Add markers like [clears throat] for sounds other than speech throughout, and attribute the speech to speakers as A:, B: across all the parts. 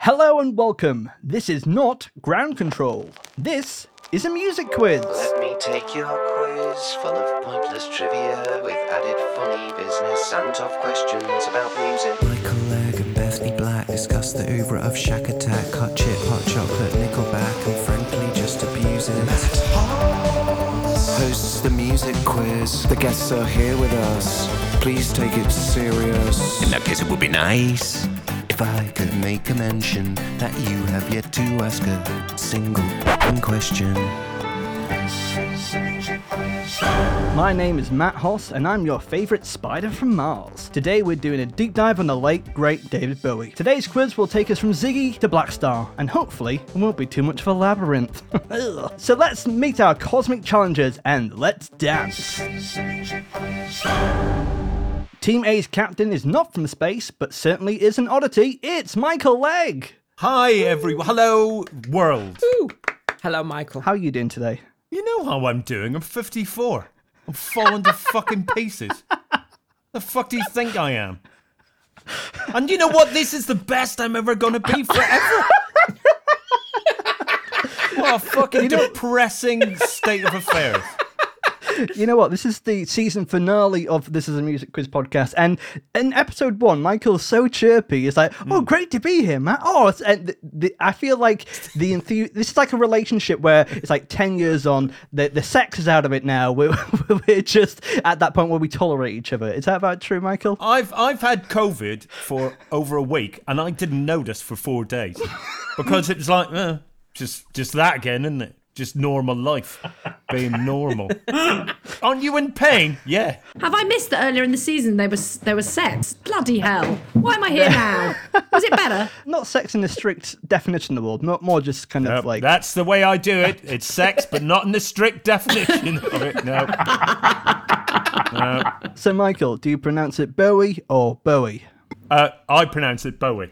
A: Hello and welcome. This is not ground control. This is a music quiz.
B: Let me take your quiz, full of pointless trivia, with added funny business and tough questions about music.
C: Michael Legg and Bethany Black discuss the oeuvre of Shack Attack, Hot Chip, Hot Chocolate, Nickelback, and frankly just abuse it. Hosts the music quiz. The guests are here with us. Please take it serious. In that case, it would be nice if I could make a mention that you have yet to ask a single f***ing question.
A: My name is Matt Hoss, and I'm your favourite spider from Mars. Today, we're doing a deep dive on the late, great David Bowie. Today's quiz will take us from Ziggy to Black Star, and hopefully, it won't be too much of a labyrinth. [laughs] Ugh. so, let's meet our cosmic challengers and let's dance. Team A's captain is not from space, but certainly is an oddity. It's Michael Legg.
D: Hi, everyone. Hello, world.
E: Ooh. Hello, Michael.
A: How are you doing today?
D: You know how I'm doing. I'm 54. I'm falling to fucking pieces. The fuck do you think I am? And you know what? This is the best I'm ever going to be forever. what a fucking depressing state of affairs.
A: You know what? This is the season finale of This Is a Music Quiz podcast, and in episode one, Michael's so chirpy. He's like, "Oh, great to be here, Matt." Oh, it's- and the, the, I feel like the enthu- This is like a relationship where it's like ten years on. The the sex is out of it now. We're [laughs] we're just at that point where we tolerate each other. Is that about true, Michael?
D: I've I've had COVID for over a week, and I didn't notice for four days because it was like eh, just just that again, isn't it? Just normal life, being normal. Aren't you in pain? Yeah.
F: Have I missed that earlier in the season there was there was sex? Bloody hell! Why am I here now? Was it
E: [laughs]
F: better?
A: Not sex in the strict definition of the word. More, more just kind
D: Nope,
A: of like
D: that's the way I do it. It's sex, but not in the strict definition of it. No.
A: So, Michael, do you pronounce it Bowie or Bowie?
D: Uh, I pronounce it Bowie.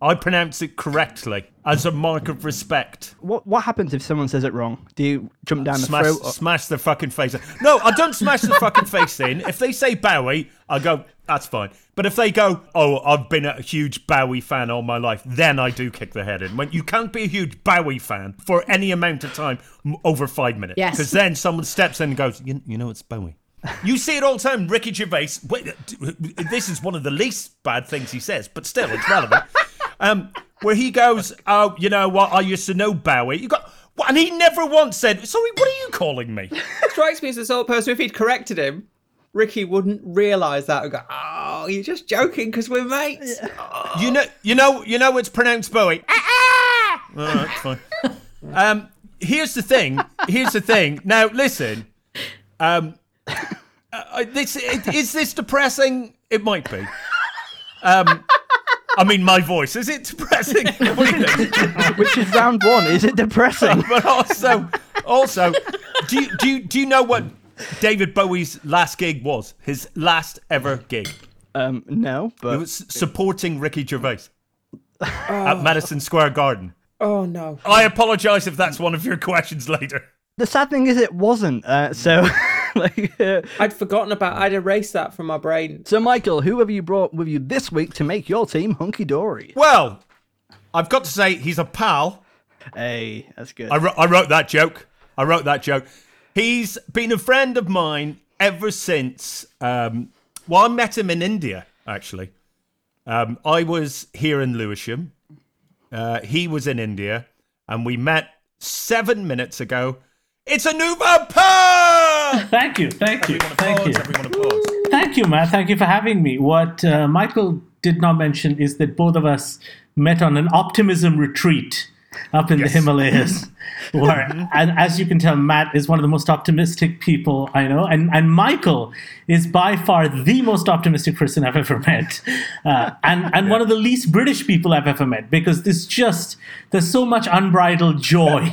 D: I pronounce it correctly as a mark of respect.
A: What What happens if someone says it wrong? Do you jump down the
D: Smash,
A: throat? or-
D: smash the fucking face. in. No, I don't smash the fucking face in. If they say Bowie, I go, that's fine. But if they go, oh, I've been a huge Bowie fan all my life, then I do kick the head in. When you can't be a huge Bowie fan for any amount of time m- over five minutes,
F: Yes.
D: because then someone steps in and goes, you, you know, it's Bowie. You see it all the time. Ricky Gervais. Wait, uh, this is one of the least bad things he says, but still, it's relevant. [laughs] Um, where he goes, oh, you know what? I used to know Bowie. You got, what? and he never once said, sorry, what are you calling me?
E: Strikes me as the sort of person, if he'd corrected him, Ricky wouldn't realise that and go, oh, you're just joking because we're mates.
D: You know, you know, you know, it's pronounced
E: [laughs]
D: Bowie. All right, fine. Um, here's the thing. Here's the thing. Now, listen. Um, uh, this is this depressing? It might be. Um, I mean, my voice is [laughs] it depressing? What do you think?
A: Which is round one. Is it depressing?
D: [laughs] but also, also, do you, do you, do you know what David Bowie's last gig was? His last ever gig.
A: [laughs] um, no,
D: It
A: but
D: was supporting Ricky Gervais at Madison Square Garden.
E: Oh, no.
D: I apologise if that's one of your questions later.
A: the sad thing is, it wasn't. Uh, [laughs] so, like, uh,
E: I'd forgotten about I'd erased that from my brain.
A: so Michael, who have you brought with you this week to make your team hunky dory?
D: Well, I've got to say he's a pal.
A: Hey, that's good.
D: I, wro- I wrote that joke. I wrote that joke. He's been a friend of mine ever since. Um, well, I met him in India actually. Um, I was here in Lewisham. Uh, he was in India, and we met seven minutes ago. It's a new pal.
G: Thank you, thank you, thank you,
D: Applause, everyone applause.
G: thank you, Matt. Thank you for having me. What uh, Michael did not mention is that both of us met on an optimism retreat up in the Himalayas, where, and as you can tell, Matt is one of the most optimistic people I know, and and Michael is by far the most optimistic person I've ever met, uh, and and one of the least British people I've ever met because there's just there's so much unbridled joy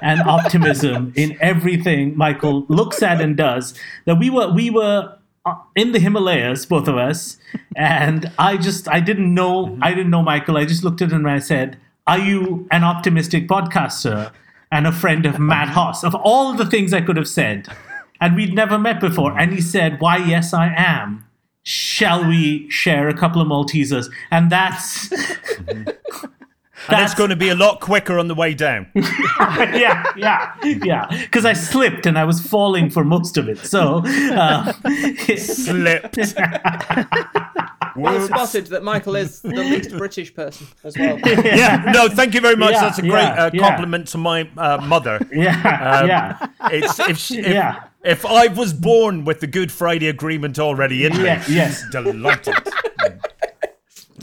G: and optimism in everything Michael looks at and does that we were we were uh, in the Himalayas, both of us, and I just I didn't know I didn't know Michael. I just looked at him and I said, "Are you an optimistic podcaster and a friend of Matt Hoss?" Of all the things I could have said, and we'd never met before, and he said, "Why, yes, I am." Shall we share a couple of Maltesers? And that's
D: and it's going to be a lot quicker on the way down.
G: [laughs] yeah, yeah, yeah. Because I slipped and I was falling for most of it. So, uh, [laughs]
D: Slipped.
E: I spotted that Michael is
G: [laughs]
E: the least British person as well.
D: yeah, no, thank you very much.
G: Yeah,
D: That's a great
G: yeah,
D: uh,
G: yeah.
D: compliment to my uh, mother.
G: yeah,
D: Um,
G: yeah, [laughs]
D: It's if, she, if,
G: Yeah.
D: if I was born with the Good Friday Agreement already in me,
G: Yeah, yes.
D: she's
G: [laughs]
D: delighted.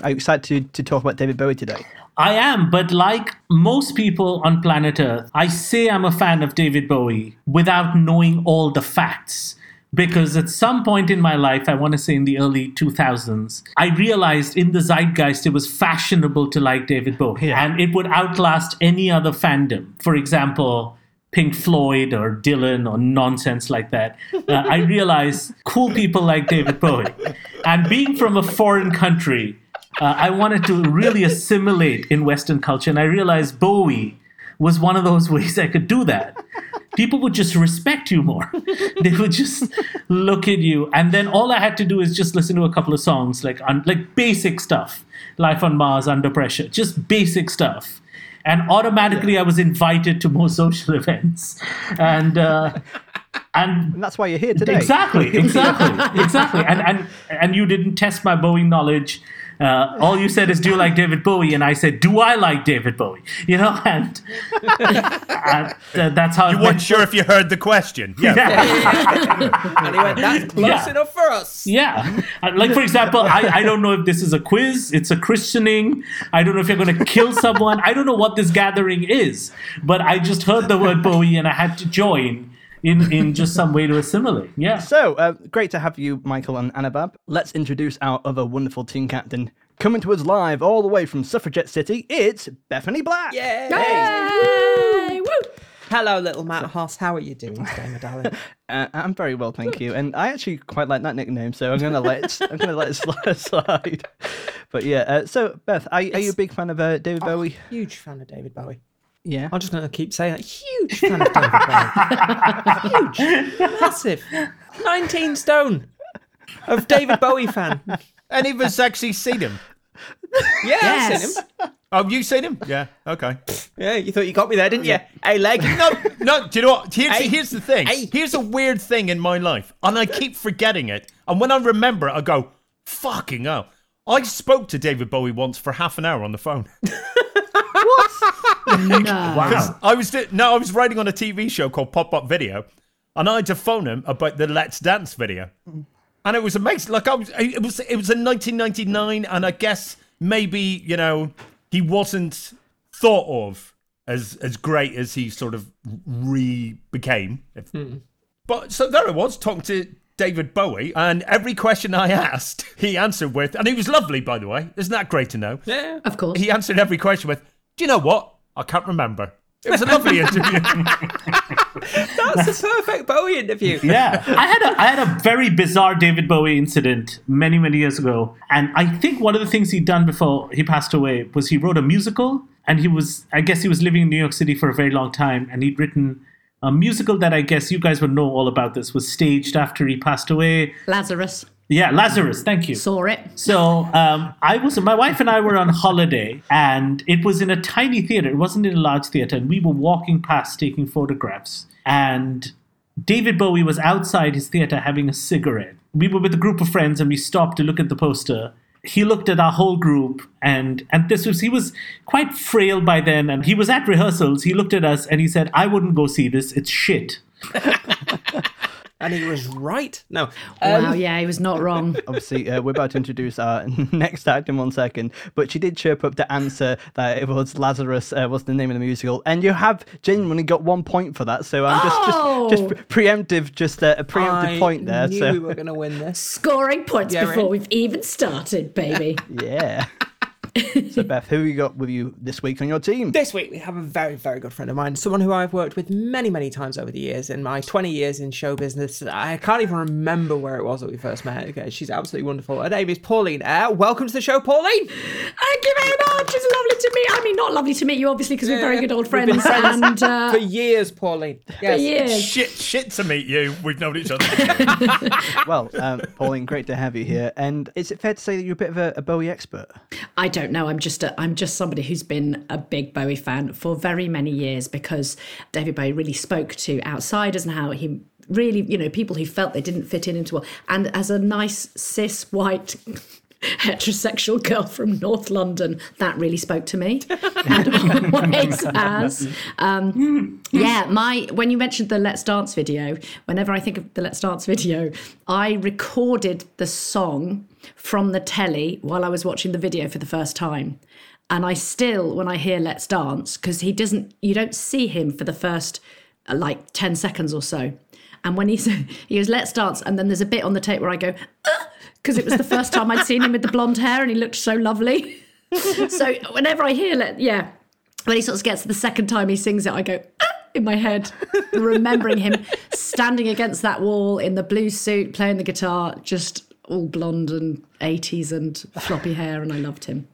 A: I'm excited to, to talk about David Bowie today.
G: I am. But like most people on planet Earth, I say I'm a fan of David Bowie without knowing all the facts. Because at some point in my life, I want to say in the early 2000s, I realized in the zeitgeist it was fashionable to like David Bowie. And it would outlast any other fandom. For example, Pink Floyd or Dylan or nonsense like that. Uh, I realize cool people like David Bowie. And being from a foreign country, uh, I wanted to really assimilate in Western culture. And I realized Bowie was one of those ways I could do that. People would just respect you more. [laughs] They would just look at you, and then all I had to do is just listen to a couple of songs, like un- like basic stuff, "Life on Mars," "Under Pressure," just basic stuff, and automatically I was invited to more [laughs] social events, and uh, and
A: [laughs] And that's why you're here today.
G: Exactly, exactly, exactly. And and and you didn't test my Bowie knowledge. Uh, all you said is, "Do you like David Bowie?" And I said, "Do I like David Bowie?" You know, and, [laughs] and, uh, that's how
D: You
G: it
D: weren't
G: [laughs] went.
D: sure if you heard the question. Yeah.
E: And he went, that's close
G: Yeah.
E: enough for us.
G: Yeah, Uh, like for example, I, I don't know if this is a quiz. It's a christening. I don't know if you're going to kill someone. I don't know what this gathering is, but I just heard the word Bowie and I had to join in in just some way to assimilate. Yeah.
A: So, uh, great to have you, Michael and Anabab. Let's introduce our other wonderful team captain. Coming to us live all the way from Suffragette City, it's Bethany Black.
E: Yay.
F: Yay! Woo!
E: Hello, little Matt Hoss. How are you doing today, my
G: [laughs]
E: darling?
A: Uh, I'm very well, thank you. And I actually quite like that nickname, so I'm gonna let it, I'm gonna let it sli- [laughs] slide. But yeah, uh, so Beth, are, are you a big fan of uh, David
E: Oh. [laughs]
A: Bowie?
E: Huge fan of David Bowie.
A: Yeah.
E: I'm just going to keep saying that. Huge fan of David Bowie.
G: [laughs]
E: Huge. Massive. 19 stone of David Bowie fan.
D: Any of us actually seen him?
E: Yeah, I've seen
F: Yes.
E: him.
D: Oh, you seen him? Yeah. Okay.
E: Yeah, you thought you got me there, didn't you? Hey,
G: [laughs]
E: leg.
D: No, no. Do you know what? Here's,
E: Hey.
D: here's the thing.
E: Hey.
D: Here's a weird thing in my life, and I keep forgetting it. And when I remember it, I go, "Fucking hell!" I spoke to David Bowie once for half an hour on the phone.
F: No.
G: Wow.
D: I was do- no, I was writing on a TV show called Pop Up Video, and I had to phone him about the Let's Dance video, and it was amazing. Like I was, it was, it was in 1999, and I guess maybe you know he wasn't thought of as as great as he sort of re became. If- But so there I was talking to. David Bowie, and every question I [laughs] asked, he answered with, and he was lovely, by the way. Isn't that great to know?
E: Yeah.
F: Of course.
D: he answered every question with, "Do you know what? I can't remember." It was a [laughs] lovely interview.
E: That's the perfect Bowie interview.
G: yeah. I had a I had a very bizarre David Bowie incident many many years ago, and I think one of the things he'd done before he passed away was he wrote a musical, and he was I guess he was living in New York City for a very long time, and he'd written. A musical that I guess you guys would know all about this was staged after he passed away.
F: Lazarus
G: Yeah, Lazarus, thank you.
F: saw it.
G: So um, I was, my wife and I were on holiday, and it was in a tiny theater. It wasn't in a large theater, and we were walking past taking photographs. And David Bowie was outside his theater having a cigarette. We were with a group of friends, and we stopped to look at the poster. He looked at our whole group, and and this was he was quite frail by then, and he was at rehearsals. He looked at us and he said, "I wouldn't go see this. It's shit."
E: And he was right. No. Um,
F: Wow. Yeah, he was not
E: [laughs]
F: wrong.
E: Oh.
A: Obviously, uh, we're about to introduce our [laughs] next act in one second, but she did chirp up the answer that it was Lazarus uh, was the name of the musical, and you have genuinely got one point for that. So I'm just
F: Oh!
A: just, just pre- preemptive, just uh, a preemptive
E: I
A: point there.
E: knew
A: so
E: we were going to win this.
F: Scoring points
E: Yeah,
F: before
E: right.
F: we've even started,
E: [laughs]
F: baby.
A: yeah. so Beth, who you got with you this week on your team?
E: This week we have a very, very good friend of mine, someone who I've worked with many, many times over the years in my 20 years in show business. I can't even remember where it was that we first met. Okay, she's absolutely wonderful. Her name is Pauline Eyre. Welcome to the show, Pauline.
F: Thank you very much. It's lovely to meet. I mean, not lovely to meet you, obviously, because we're very good old
E: We've
F: friends.
E: been [laughs] friends
F: and uh,
E: for years, Pauline. Yes.
F: years.
D: shit, shit to meet you. We've known each other.
A: Well, um, Pauline, great to have you here. And is it fair to say that you're a bit of a, a Bowie expert?
F: I don't don't know. I'm just a, I'm just somebody who's been a big Bowie fan for very many years because David Bowie really spoke to outsiders and how he really, you know, people who felt they didn't fit in into well. And as a nice cis white [laughs] heterosexual girl from North London, that really spoke to me. and [laughs] always has. Um, yeah, my when you mentioned the Let's Dance video, whenever I think of the Let's Dance video, I recorded the song from the telly while I was watching the video for the first time. And I still, when I hear Let's Dance, because he doesn't, you don't see him for the first uh, like 10 seconds or so. And when he said, [laughs] he goes, Let's Dance. And then there's a bit on the tape where I go, because it was the first time I'd seen him with the blonde hair and he looked so lovely. [laughs] so whenever I hear Let, yeah, when he sort of gets to the second time he sings it, I go, "Ah," in my head, remembering him standing against that wall in the blue suit, playing the guitar, just all blonde and 80s and floppy hair, and I loved him.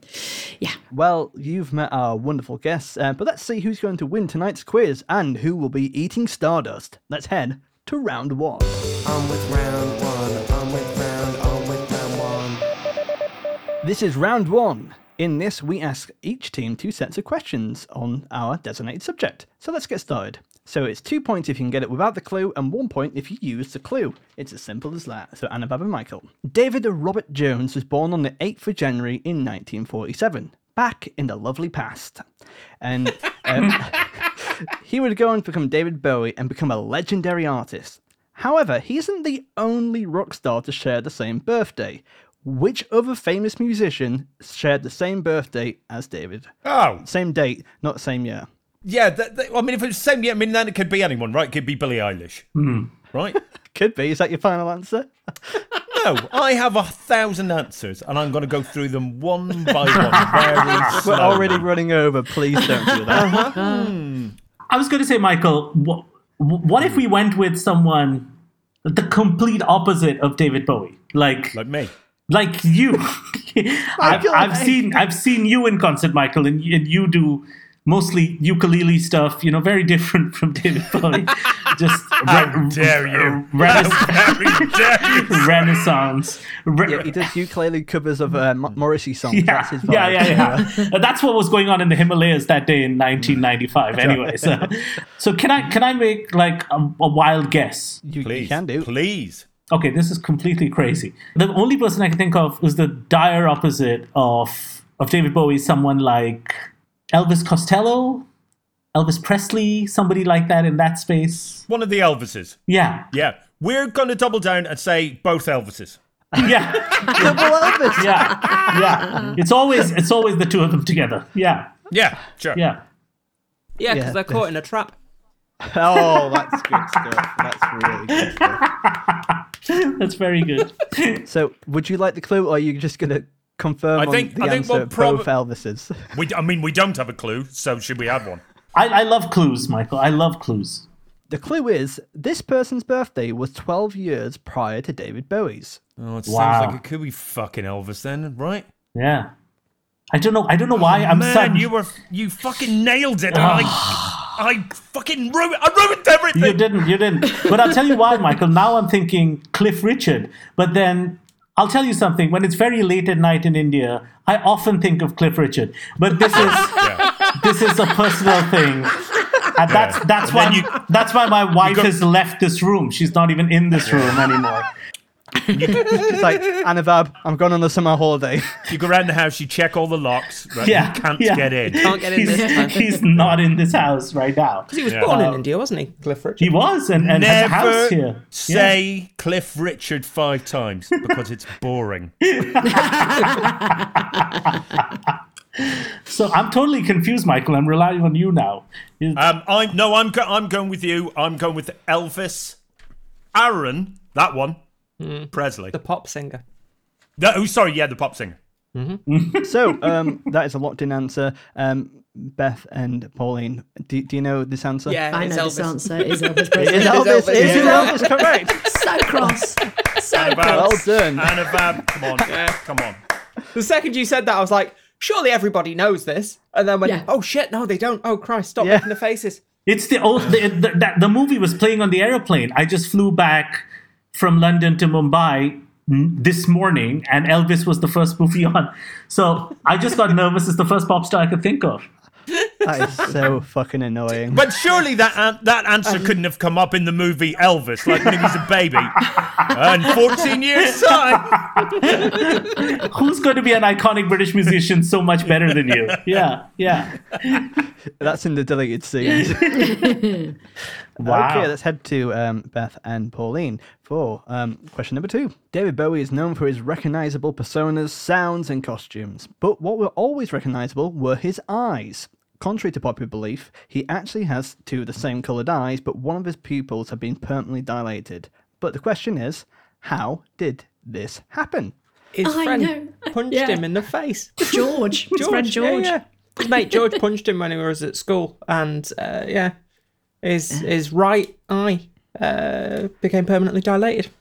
F: Yeah.
A: Well, you've met our wonderful guests, uh, but let's see who's going to win tonight's quiz and who will be eating stardust. Let's head to round one.
C: On with round one, on with round, on with round one.
A: This is round one. In this, we ask each team two sets of questions on our designated subject. So let's get started. So it's two points if you can get it without the clue, and one point if you use the clue. It's as simple as that. So Annabab and Michael. David Robert Jones was born on the 8th of January in 1947, back in the lovely past. And um, he would go on to become David Bowie and become a legendary artist. However, he isn't the only rock star to share the same birthday. Which other famous musician shared the same birthday as David?
D: [laughs] Oh,
A: Same date, not same year.
D: yeah. That, that- I mean, if it's the same, yeah. I mean, then it could be anyone, right? It could be Billie Eilish, right?
A: Could be. Is that your final answer?
D: No, I have a thousand answers, and I'm going to go through them one by [laughs] one. Very
A: We're
D: slowly.
A: already running over. Please don't do
G: [laughs]
A: that.
G: I was going to say, Michael, wh- wh- what if we went with someone the complete opposite of David Bowie? Like,
D: like me. [laughs]
G: like you. [laughs] I've,
A: Michael,
G: I've
A: hey.
G: seen I've seen you in concert, Michael, and, y- and you do mostly ukulele stuff. You know, very different [laughs] from David Bowie.
D: [laughs]
G: Just re-
D: dare you.
G: rena-
D: [laughs] Very dare you.
G: renaissance. Re-
A: yeah, he does ukulele covers of uh, Mo- Morrissey songs. That's
G: yeah,
A: his vibe.
G: yeah, yeah, yeah.
A: [laughs]
G: And That's what was going on in the Himalayas that day in 1995. Anyway, so so can I can I make like a, a wild guess?
A: You, you
D: Please,
A: can do.
D: Please.
G: Okay, this is completely crazy. The only person I can think of is the dire opposite of of David Bowie, someone like Elvis Costello, Elvis Presley, somebody like that in that space.
D: One of the Elvises.
G: Yeah,
D: Yeah. We're going to double down and say both Elvises.
G: yeah,
A: Double Elvis.
G: [laughs] yeah, yeah. It's always it's always the two of them together. Yeah,
D: Yeah, sure.
G: yeah.
E: Yeah, because
A: Yeah.
E: they're caught in a trap.
A: Oh, that's good stuff. That's really good stuff.
G: That's very good. [laughs]
A: So, would you like the clue, or are you just going to confirm
D: I
A: on
D: think-
A: the
D: I think
A: answer
D: we'll prob-
A: both Elvises?
D: We, I mean, we don't have a clue, so should we have one?
G: I, I love clues, Michael. I love clues.
A: [laughs] The clue is this person's birthday was 12 years prior to David Bowie's.
D: Oh, it
G: Wow.
D: sounds like it could be fucking Elvis then, right?
G: Yeah. I don't know. I don't know why I'm
D: Oh, Man,
G: sudden-
D: you were you fucking nailed it. and
G: [sighs]
D: I, I fucking ruined. I ruined everything.
G: You didn't. You didn't. But I'll tell you why, Michael. Now I'm thinking Cliff Richard. But then I'll tell you something. When it's very late at night in India, I often think of Cliff Richard. But this is this is a personal thing. And that's that's why
D: then you-
G: that's why my wife
D: go-
G: has left this room. She's not even in this room anymore.
A: It's like, Anavab, I'm going on a summer holiday. [laughs]
D: You go around the house, you check all the locks. Right?
G: Yeah,
D: you can't
G: yeah.
D: get in.
E: Can't get in
G: He's,
E: this time.
G: [laughs] he's not in this house right now.
E: He was
D: Yeah.
E: born in India, wasn't he, Cliff Richard?
G: He was and, and has a house here.
D: Never say Cliff Richard five times because it's boring.
G: So I'm totally confused, Michael. I'm relying on you now. You-
D: Um, I'm no, I'm go- I'm going with you. I'm going with Elvis, Aaron, that one,
A: Hmm.
D: Presley.
E: The pop singer.
D: No, oh, sorry, yeah, the pop singer.
A: so, um, that is a locked in answer. Um, Beth and Pauline, do, do you know this answer?
E: Yeah,
F: I
E: it's
F: know
E: Elvis.
F: this answer [laughs] is
A: [laughs]
F: Elvis Presley.
A: Is Elvis,
E: Elvis,
A: is
E: yeah.
A: Elvis correct?
F: so cross. So
D: Annabelle.
A: Well
F: cross.
A: done.
D: Annabab,
A: [laughs]
D: come on, come on.
E: The second you said that, I was like, surely everybody knows this. And then went,
F: Yeah.
E: oh shit, no, they don't. Oh Christ, stop
A: Yeah.
E: making the faces.
G: It's the old the, the, that the movie was playing on the airplane. I just flew back from London to Mumbai this morning, and Elvis was the first movie [laughs] on. So I just got nervous. It's the first pop star I could think of.
A: That is so fucking annoying.
D: But surely that an- that
E: Um,
D: answer couldn't have come up in the movie Elvis, like Minnie's a
E: [laughs]
D: baby. and 14 years time.
G: Who's going to be an iconic British musician so much better than you? Yeah, yeah.
A: That's in the deleted [laughs] scenes.
G: Wow.
A: Okay, let's head to um, Beth and Pauline for um, question number two. David Bowie is known for his recognizable personas, sounds, and costumes, but what were always recognizable were his eyes. Contrary to popular belief, he actually has two of the same coloured eyes, but one of his pupils have been permanently dilated. But the question is, how did this happen?
E: His
F: I
E: friend
F: know.
E: punched
F: Yeah.
E: him in the face.
F: George, his friend
E: yeah,
F: George.
E: yeah. His mate George punched him when he was at school, and uh, yeah, his his right eye uh, became permanently dilated.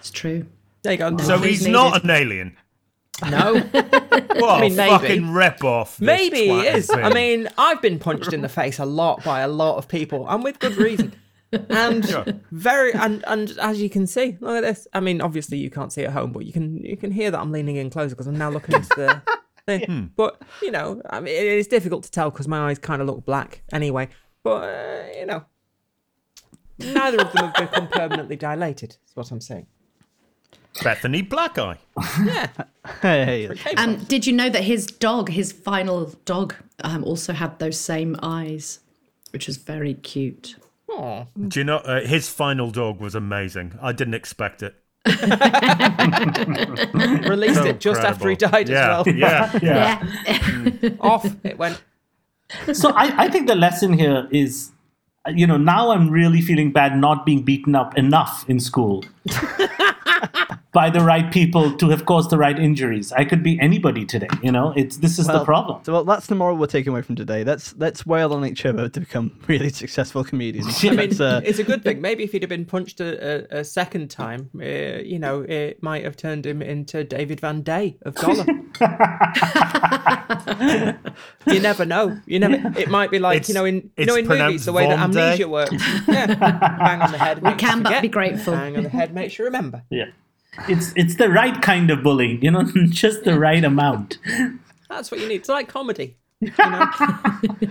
F: It's true.
E: There you go.
D: So
F: Who's
D: he's
F: needed?
D: not an alien.
E: no,
D: What
E: mean,
D: a
E: maybe.
D: fucking rip off.
E: maybe he is. I mean, I've been punched in the face a lot by a lot of people, and with good reason. And very and and as you can see, look at this. I mean, obviously you can't see at home, but you can you can hear that I'm leaning in closer because I'm now looking into the. Thing. But you know, I mean, it- it's difficult to tell because my eyes kind of look black anyway. But uh, you know, neither of them have become permanently dilated. Is what I'm saying.
D: Bethany Black Eye.
A: Hey,
F: And Um, did you know that his dog, his final dog, um, also had those same eyes, which was very cute.
E: Aw.
D: Do you know uh, his final dog was amazing? I didn't expect it.
E: Released it just after he died
D: yeah, [laughs]
E: as well.
D: Yeah,
E: [laughs]
F: Yeah.
E: Off it went.
G: So I, I think the lesson here is, you know, now I'm really feeling bad not being beaten up enough in
A: [laughs]
G: school by the right people to have caused the right injuries. I could be anybody today. You know, it's this is the problem.
A: Um, So well, that's the moral we're taking away from today. Let's let's wail on each other to become [laughs] really successful comedians.
G: [laughs] I mean,
A: That's, uh,
E: It's a good thing. Maybe if he'd have been punched a, a, a
D: [laughs]
E: second time, uh, you know, it might have turned him into David Van Day
D: [laughs]
E: of Dollar. you never know. You never. It might be like
D: It's-
E: you know in you
D: it's
E: know in movies
D: pronounced
E: the way that
D: Von Day.
E: amnesia works.
D: [laughs]
E: Yeah. Bang on the head. We
F: can but be grateful.
E: Bang on the head makes you remember.
G: Yeah. It's it's the right kind of bullying, you know, [laughs] just the right amount.
E: That's what you need. It's like comedy. You know?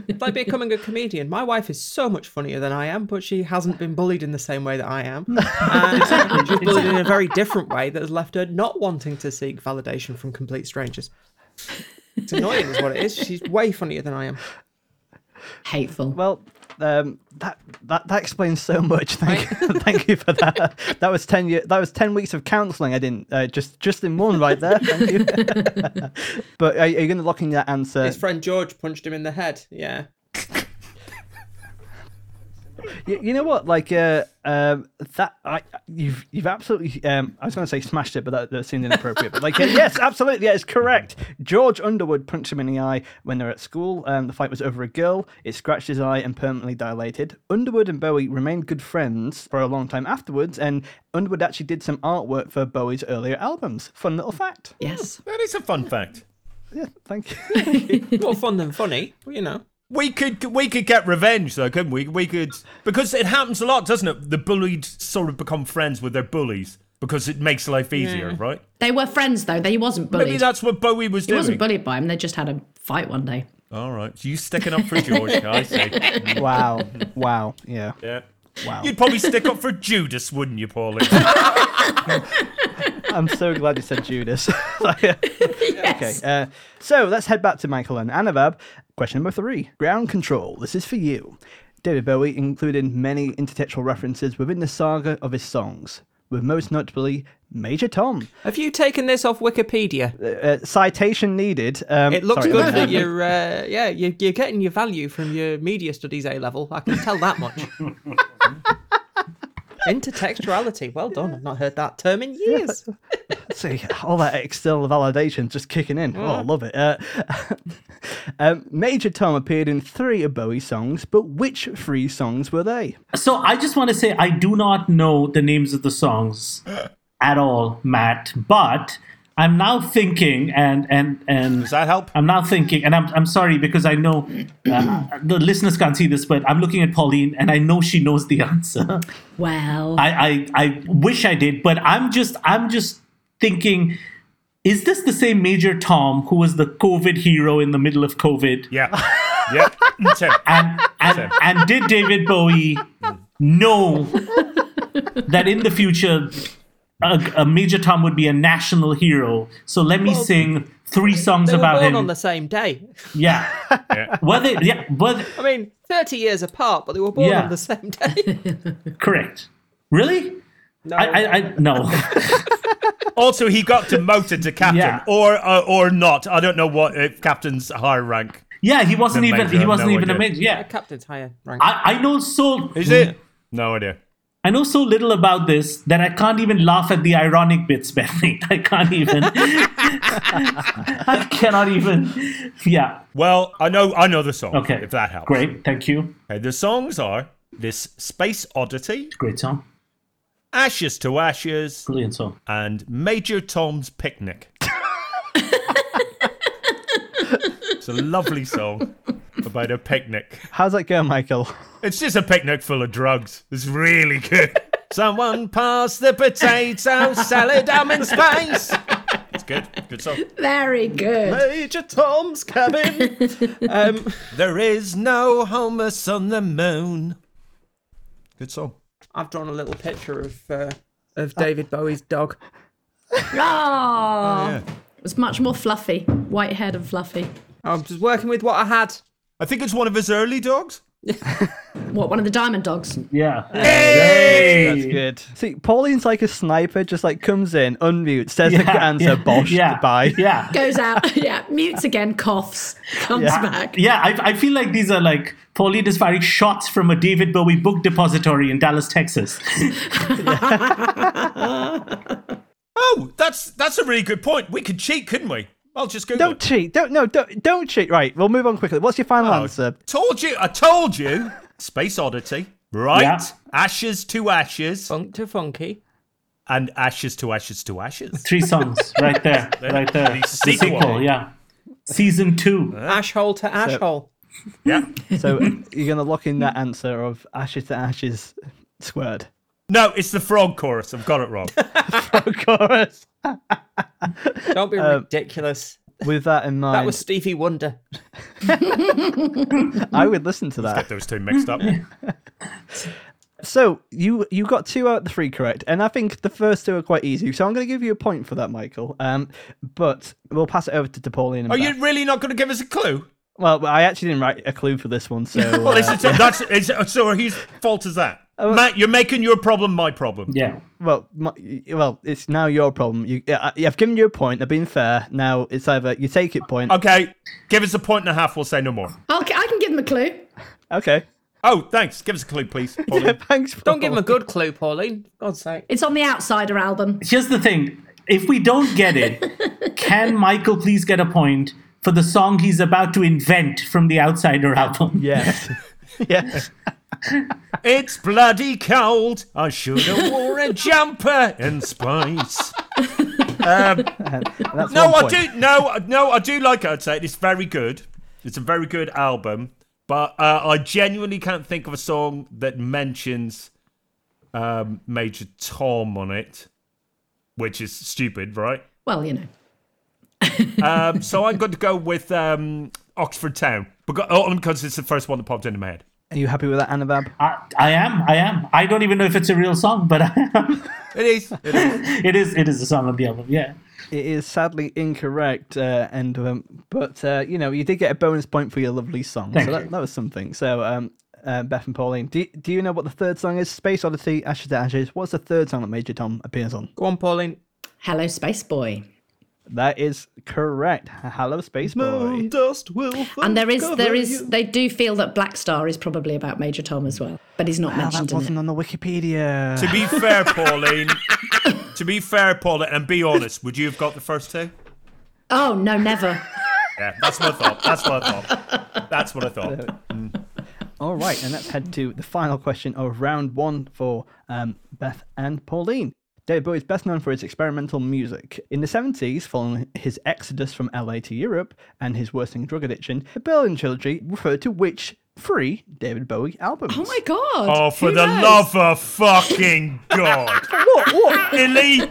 E: it's like becoming a comedian. My wife is so much funnier than I am, but she hasn't been bullied in the same way that I am. And she's bullied in a very different way that has left her not wanting to seek validation from complete strangers. It's annoying, is what it is. She's way funnier than I am.
F: Hateful.
A: Well, um, that that that explains so much. [laughs]
G: [laughs]
A: Thank thank you for that. That was ten year, That was ten weeks of counselling. I didn't uh, just just in one right there. Thank you. [laughs] but are, are you going to lock in that answer?
E: His friend George punched him in the head. Yeah.
A: You, you know what? Like uh, um, that. I you've you've absolutely. Um, I was going to say smashed it, but that, that seemed inappropriate. but like uh, yes, absolutely. Yeah, it's correct. George Underwood punched him in the eye when they were at school. Um, the fight was over a girl. It scratched his eye and permanently dilated. Underwood and Bowie remained good friends for a long time afterwards, and Underwood actually did some artwork for Bowie's earlier albums. Fun little fact.
F: yes.
D: that is a fun fact.
A: Yeah, thank you. [laughs]
E: More fun than funny, you know.
D: We could we could get revenge though, couldn't we? We could because it happens a lot, doesn't it? The bullied sort of become friends with their bullies because it makes life easier, right?
F: They were friends, though. They, he wasn't bullied.
D: Maybe that's what Bowie was
F: he
D: doing.
F: wasn't bullied by him. They just had a fight one day.
D: All right, you sticking up for George? I see.
A: wow. Wow. [laughs] Yeah.
D: Yeah.
A: Wow.
D: You'd probably stick up for Judas, wouldn't you, Pauline?
A: I'm so glad you said Judas. [laughs] uh, Okay, uh, so let's head back to Michael and Anavab. Question number three Ground Control. This is for you. David Bowie included many intertextual references within the saga of his songs, with most notably Major Tom.
E: Have you taken this off Wikipedia?
A: Uh, citation needed. Um,
E: It looks
A: sorry
E: good
A: about [laughs]
E: that
A: that.
E: [laughs] you're, uh, yeah, you're, you're getting your value from your media studies A level. I can tell that much. [laughs] Intertextuality. Well done. I've not heard that term in years.
A: See, all that external validation just kicking in. Oh, I love it. Uh, [laughs] um, Major Tom appeared in three of Bowie's songs, but which three songs were they?
G: So I just want to say I do not know the names of the songs at all, Matt, but I'm now thinking, and and and
D: Does that help?
G: I'm now thinking, and I'm I'm sorry because I know uh, [clears throat] the listeners can't see this, but I'm looking at Pauline, and I know she knows the [laughs] answer.
F: Well,
G: I, I I wish I did, but I'm just I'm just thinking, is this the same Major Tom who was the COVID hero in the middle of COVID?
D: Yeah. yeah. Tim.
G: And and, and did David Bowie know
D: [laughs]
G: that in the future a, a Major Tom would be a national hero? So let me sing three songs
E: They were
G: about
E: born
G: him.
E: on the same day.
G: yeah.
D: [laughs] Yeah.
G: Whether yeah, but
E: I mean, 30 years apart, but they were born
G: Yeah.
E: on the same day.
G: correct. Really?
E: No,
G: I, I, I
A: [laughs]
G: no.
D: Also, he got demoted to captain,
G: Yeah.
D: or uh, or not. I don't know what if captain's a higher rank.
G: Yeah, he wasn't
D: The
G: even
D: Major,
G: he wasn't
D: no
G: even a
D: idea.
G: major. [laughs] Yeah.
E: captain's higher rank.
G: I, I know so
D: Is it? Mm. No idea.
G: I know so little about this that I can't even laugh at the ironic bits, [laughs] Bentley. I can't even. [laughs] I cannot even. Yeah.
D: Well, I know I know the song.
G: Okay.
D: If that helps.
G: Great. Thank you.
D: Okay, the songs are this Space Oddity,
G: Great song.
D: Ashes to Ashes,
G: Brilliant song.
D: and Major Tom's Picnic. it's a lovely song about a picnic.
A: How's that go, Michael? [laughs]
D: It's just a picnic full of drugs. It's really good. Someone pass the potato salad. I'm in space. It's good. Good song.
F: very good.
E: Major Tom's cabin. um,
D: There is no Homus on the moon. Good song.
E: [laughs] I've drawn a little picture of uh, of David Bowie's dog.
F: Ah, It was much more fluffy, white haired and fluffy.
E: I'm just working with what I had.
D: I think it's one of his early dogs.
F: What, one of the diamond dogs?
G: Yeah.
A: That's
G: [laughs]
A: good. See, Pauline's like a sniper, just like comes in, unmutes, says the answer, bosh,
G: yeah.
A: goodbye.
G: Yeah.
F: Goes out, [laughs] yeah, mutes again, coughs, comes back.
G: Yeah, I, I feel like these are like Pauline is firing shots from a David Bowie book depository in Dallas, Texas.
D: Oh, that's that's a really good point. We could cheat, couldn't we? I'll just Google.
A: Don't cheat. Don't no. Don't don't cheat. Right. We'll move on quickly. What's your final
D: Oh,
A: answer?
D: Told you. I told you. Space Oddity. Right.
G: Yeah. Oh.
D: Ashes to ashes.
E: Funk to funky.
D: And ashes to ashes to
G: [laughs]
D: ashes.
G: Three songs right
D: [laughs]
G: there. Right there.
D: The sequel. Uh-huh.
G: yeah. Season two.
E: Ash hole to ash hole.
D: Yeah.
A: So you're gonna lock in that answer of ashes to ashes squared.
D: No, it's the frog chorus. I've got it
G: [laughs]
D: wrong.
A: Of course.
E: Don't [laughs] be ridiculous.
A: With that in mind,
E: That was Stevie Wonder.
A: I would listen to that.
D: Get those two mixed up.
A: So you you got two out of the three correct, and I think the first two are quite easy. So I'm going to give you a point for that, Michael. Um, but we'll pass it over to, to Pauline. And
D: Are
A: back.
D: you really not going to give us a clue?
A: Well, I actually didn't write a clue for this one, so
D: Well,
A: uh,
D: it's, it's, that's, it's, so whose fault is that? Matt, you're making your problem my problem.
G: Yeah.
A: well, my, well, it's now your problem. You, I, I've given you a point. I've been fair. Now it's either you take it point.
D: Okay, give us a point and a half. We'll say no more.
F: Okay, I can give them a clue.
A: Okay, [laughs]
D: Oh, thanks. Give us a clue, please. Pauline.
A: thanks.
E: Don't give him a
A: Paul.
E: good clue, Pauline. For God's sake.
F: It's on the Outsider album.
G: here's the thing if we don't get it can michael please get a point for the song he's about to invent from the outsider album
E: [laughs]
A: Yes, [laughs] yes.
D: It's bloody cold. I should have wore a jumper in space.
A: That's
D: No,
A: one
D: I
A: point.
D: do. No, no, I do like I'd say It's very good. It's a very good album, but uh, I genuinely can't think of a song that mentions um, Major Tom on it, which is stupid, right?
F: Well, you know.
D: Um, so I'm going to go with um, Oxford Town because, oh, because it's the first one that popped into my head.
A: Are you happy with that, Anabab?
G: I, I am i am i don't even know if it's a real song but I am.
D: It is. It is.
G: [laughs] it is it is a song on the album yeah
A: It is sadly incorrect, uh, and um, but uh, you know you did get a bonus point for your lovely song,
G: Thank
A: so
G: you.
A: that, that was something. So, um, uh, Beth and Pauline, do, do you know what the third song is? Space Oddity, Ashes to Ashes. What's the third song that Major Tom appears on?
E: Go on, Pauline.
F: [laughs] Hello, Space Boy.
A: That is correct. Hello, Space Boy.
D: dust will.
F: And there is, there is, they do feel that Black Star is probably about Major Tom as well, but he's not
D: Ah,
A: Oh,
F: mentioned
A: that
F: in it.
A: wasn't on the Wikipedia.
D: To be
A: [laughs]
D: fair, Pauline. to be fair, Pauline, and be honest, would you have got the first two?
F: Oh, no, never.
D: [laughs] Yeah, that's what I thought. That's what I thought. That's what I thought.
A: All right, and let's head to the final question of round one for um, Beth and Pauline. David Bowie is best known for his experimental music. In the 70s, following his exodus from LA to Europe and his worsening drug addiction, the Berlin trilogy referred to which three David Bowie albums?
F: Oh my god!
D: Oh, for
F: Who
D: the
F: knows?
D: love of fucking God.
A: [laughs] What? What?
D: Really?
A: Right,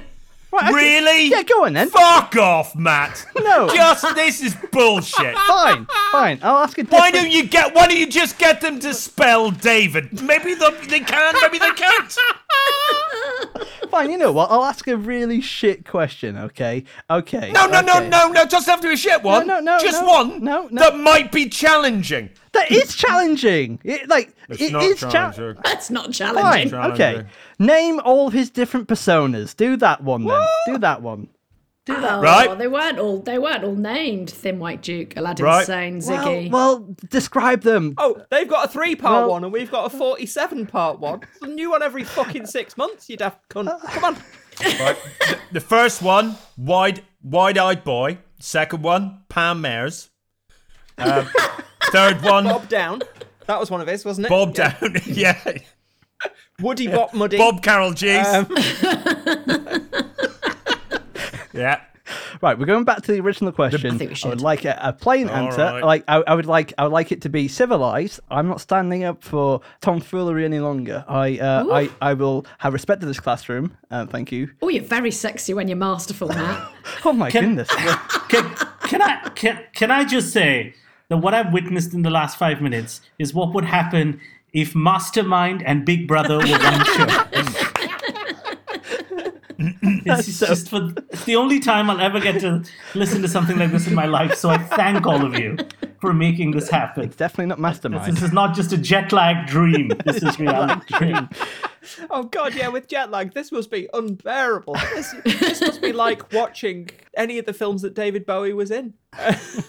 A: I can-
D: Really?
A: Yeah, go on then.
D: Fuck off, Matt.
A: No.
D: Just this is bullshit.
A: Fine, fine. I'll ask a different...
D: Why don't you get? Why don't you just get them to spell David? Maybe the, they can. Maybe they can't.
A: Fine, you know what? I'll ask a really shit question, okay? Okay.
D: No, no, no,
A: okay.
D: no, no. Just have to be a shit one.
A: no, no,
D: Just
A: no,
D: one.
A: no, no.
D: That might be challenging.
A: That is challenging. It, like, it's challenging.
F: [laughs] That's not
A: Fine,
F: challenging.
A: okay. Name all of his different personas. Do that one then. Do that one.
F: Oh,
D: Right.
F: They weren't all. They weren't all named. Thin White Duke, Aladdin
D: Right.
F: Sane,
A: Well,
F: Ziggy.
A: well, describe them.
E: Oh, they've got a three part
A: Well-
E: one and we've got a 47 part one. It's a new one every fucking six months, you daft cunt. Come on.
D: Right. The, the first one, wide, wide-eyed boy. Second one, Pam Mares. Um, third one,
E: Bob down. That was one of his, wasn't it?
D: Bob Down. [laughs] yeah.
E: Woody Bob Muddy.
D: Bob Carroll G's. Um, [laughs] yeah.
A: Right, we're going back to the original question.
F: I think we
A: would
F: should.
A: like a, a plain answer.
D: right.
A: Like I, I would like I would like it to be civilized. I'm not standing up for tomfoolery any longer. I uh, I I will have respect to this classroom. Uh, thank you.
F: oh, you're very sexy when you're masterful, Matt.
A: Oh my [laughs] goodness.
G: Can, can I can, can I just say that what I've witnessed in the last five minutes is what would happen if Mastermind and Big Brother were one show. It's just for, it's the only time I'll ever get to listen to something like this in my life. So I thank all of you for making this happen.
A: Definitely not mastermind.
G: This is not just a jet lag dream. This is reality. dream.
E: Oh god, yeah, with jet lag, this must be unbearable. This, this must be like watching any of the films that David Bowie was in.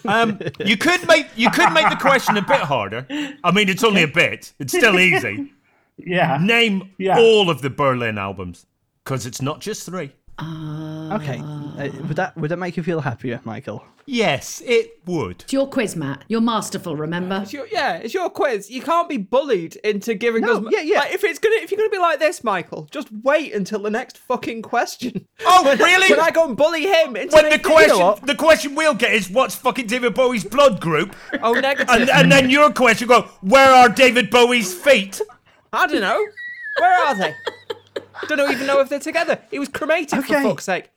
D: Um, you could make you could make
E: [laughs]
D: the question a bit harder. I mean, it's only a bit. It's still [laughs] easy.
G: Yeah.
D: Name
G: Yeah.
D: all of the Berlin albums, because it's not just three.
A: okay. Uh, would that would that make you feel happier, Michael?
D: Yes, it would.
F: It's your quiz, Matt. You're masterful. Remember?
E: It's your, yeah, it's your quiz. You can't be bullied into giving
A: No,
E: us.
A: yeah, yeah.
E: Like, if it's gonna, if you're gonna be like this, Michael, just wait until the next fucking question.
D: Oh,
E: [laughs] When-
D: really?
E: When I go and bully him into
D: When the
E: making-
D: question
A: You know what?
D: the question we'll get is what's fucking David Bowie's blood [laughs] group,
E: oh negative,
D: and, and then your question go where are David Bowie's feet?
E: I don't know. Where are they? don't even know if they're together. He was cremated
A: Okay.
E: for fuck's sake.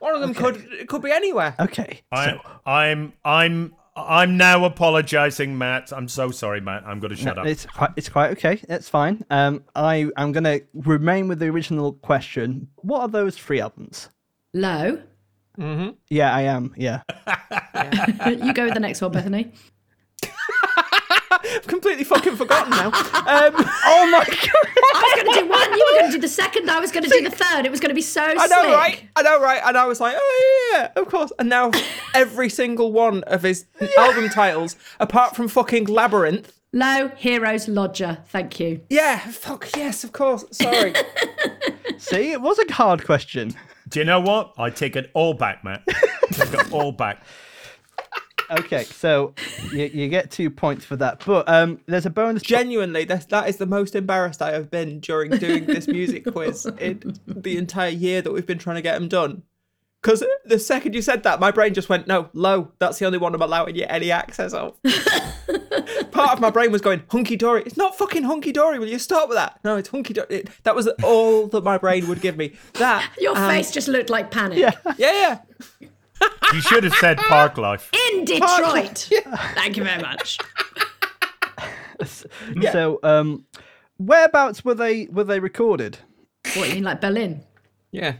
E: One of them could it could be anywhere.
A: Okay.
D: I'm I'm I'm I'm now apologising, Matt. I'm so sorry, Matt. I'm gonna shut up.
A: It's quite, it's quite okay. That's fine. Um, I am gonna remain with the original question. What are those three albums?
F: Low.
A: Yeah, I am. Yeah.
F: You go with the next one, Bethany.
E: I've completely fucking forgotten [laughs] now. Um,
A: oh my
E: [laughs]
A: god.
F: I was going to do one. You were going to do the second. I was going to do the third. It was going to be so
E: I know,
F: slick.
E: right? I know, right? And I was like, oh yeah, yeah, of course. And now every single one of his [laughs] album titles, apart from fucking Labyrinth.
F: Low, heroes, lodger. Thank you.
E: Yeah, fuck yes, of course. Sorry.
A: See, it was a hard question.
D: Do you know what? I take it all back, Matt. take it all back.
A: Okay, so you, you get two points for that. But um, there's a bonus.
E: Genuinely, that, that is the most embarrassed I have been during doing this music quiz in the entire year that we've been trying to get them done. Because the second you said that, my brain just went, no, low. That's the only one I'm allowing you any access of. Part of my brain was going, hunky dory. It's not fucking hunky dory. Will you stop with that? No, it's hunky dory. That was all that my brain would give me. That.
F: Your
E: and-
F: face just looked like panic.
E: Yeah, yeah.
D: You should have said park life.
F: In
E: [laughs]
F: Detroit. Thank you very much.
A: So um, whereabouts were they were they recorded?
F: What, you mean like Berlin?
E: Yeah.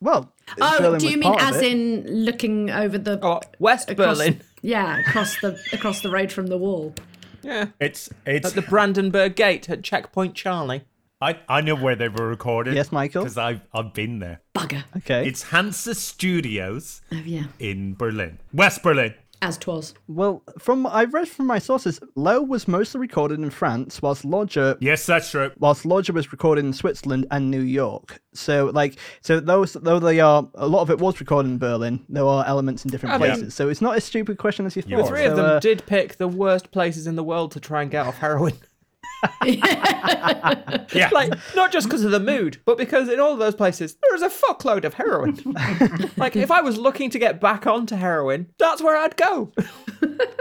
A: Well,
F: Oh,
A: Berlin
F: do
A: was
F: you mean
A: part of
F: as
A: it.
F: in looking over the
E: Oh, West
F: across-
E: Berlin.
F: Yeah, across the across the road from the wall.
E: Yeah.
D: It's it's
E: At the Brandenburg Gate at Checkpoint Charlie.
D: I, I know where they were recorded.
A: Yes, Michael?
D: Because I've I've been there.
F: Bugger.
A: Okay.
D: It's Hansa Studios
F: Oh yeah.
D: in Berlin. West Berlin.
F: As 'twas.
A: Well, from what I've read from my sources, "Low" was mostly recorded in France, whilst "Lodger"
D: Yes, that's true.
A: whilst Lodger was recorded in Switzerland and New York. So like so those though they are a lot of it was recorded in Berlin, there are elements in different
E: I mean-
A: places. so it's not as
E: Oh,
A: stupid question as you thought.
D: The
E: Three of
A: So,
E: them
A: uh,
E: did pick the worst places in the world to try and get off heroin.
D: Yeah.
E: [laughs] Like, not just because of the mood, but because in all of those places, there is a fuckload of [laughs] heroin. like, if I was looking to get back onto heroin, that's where I'd go.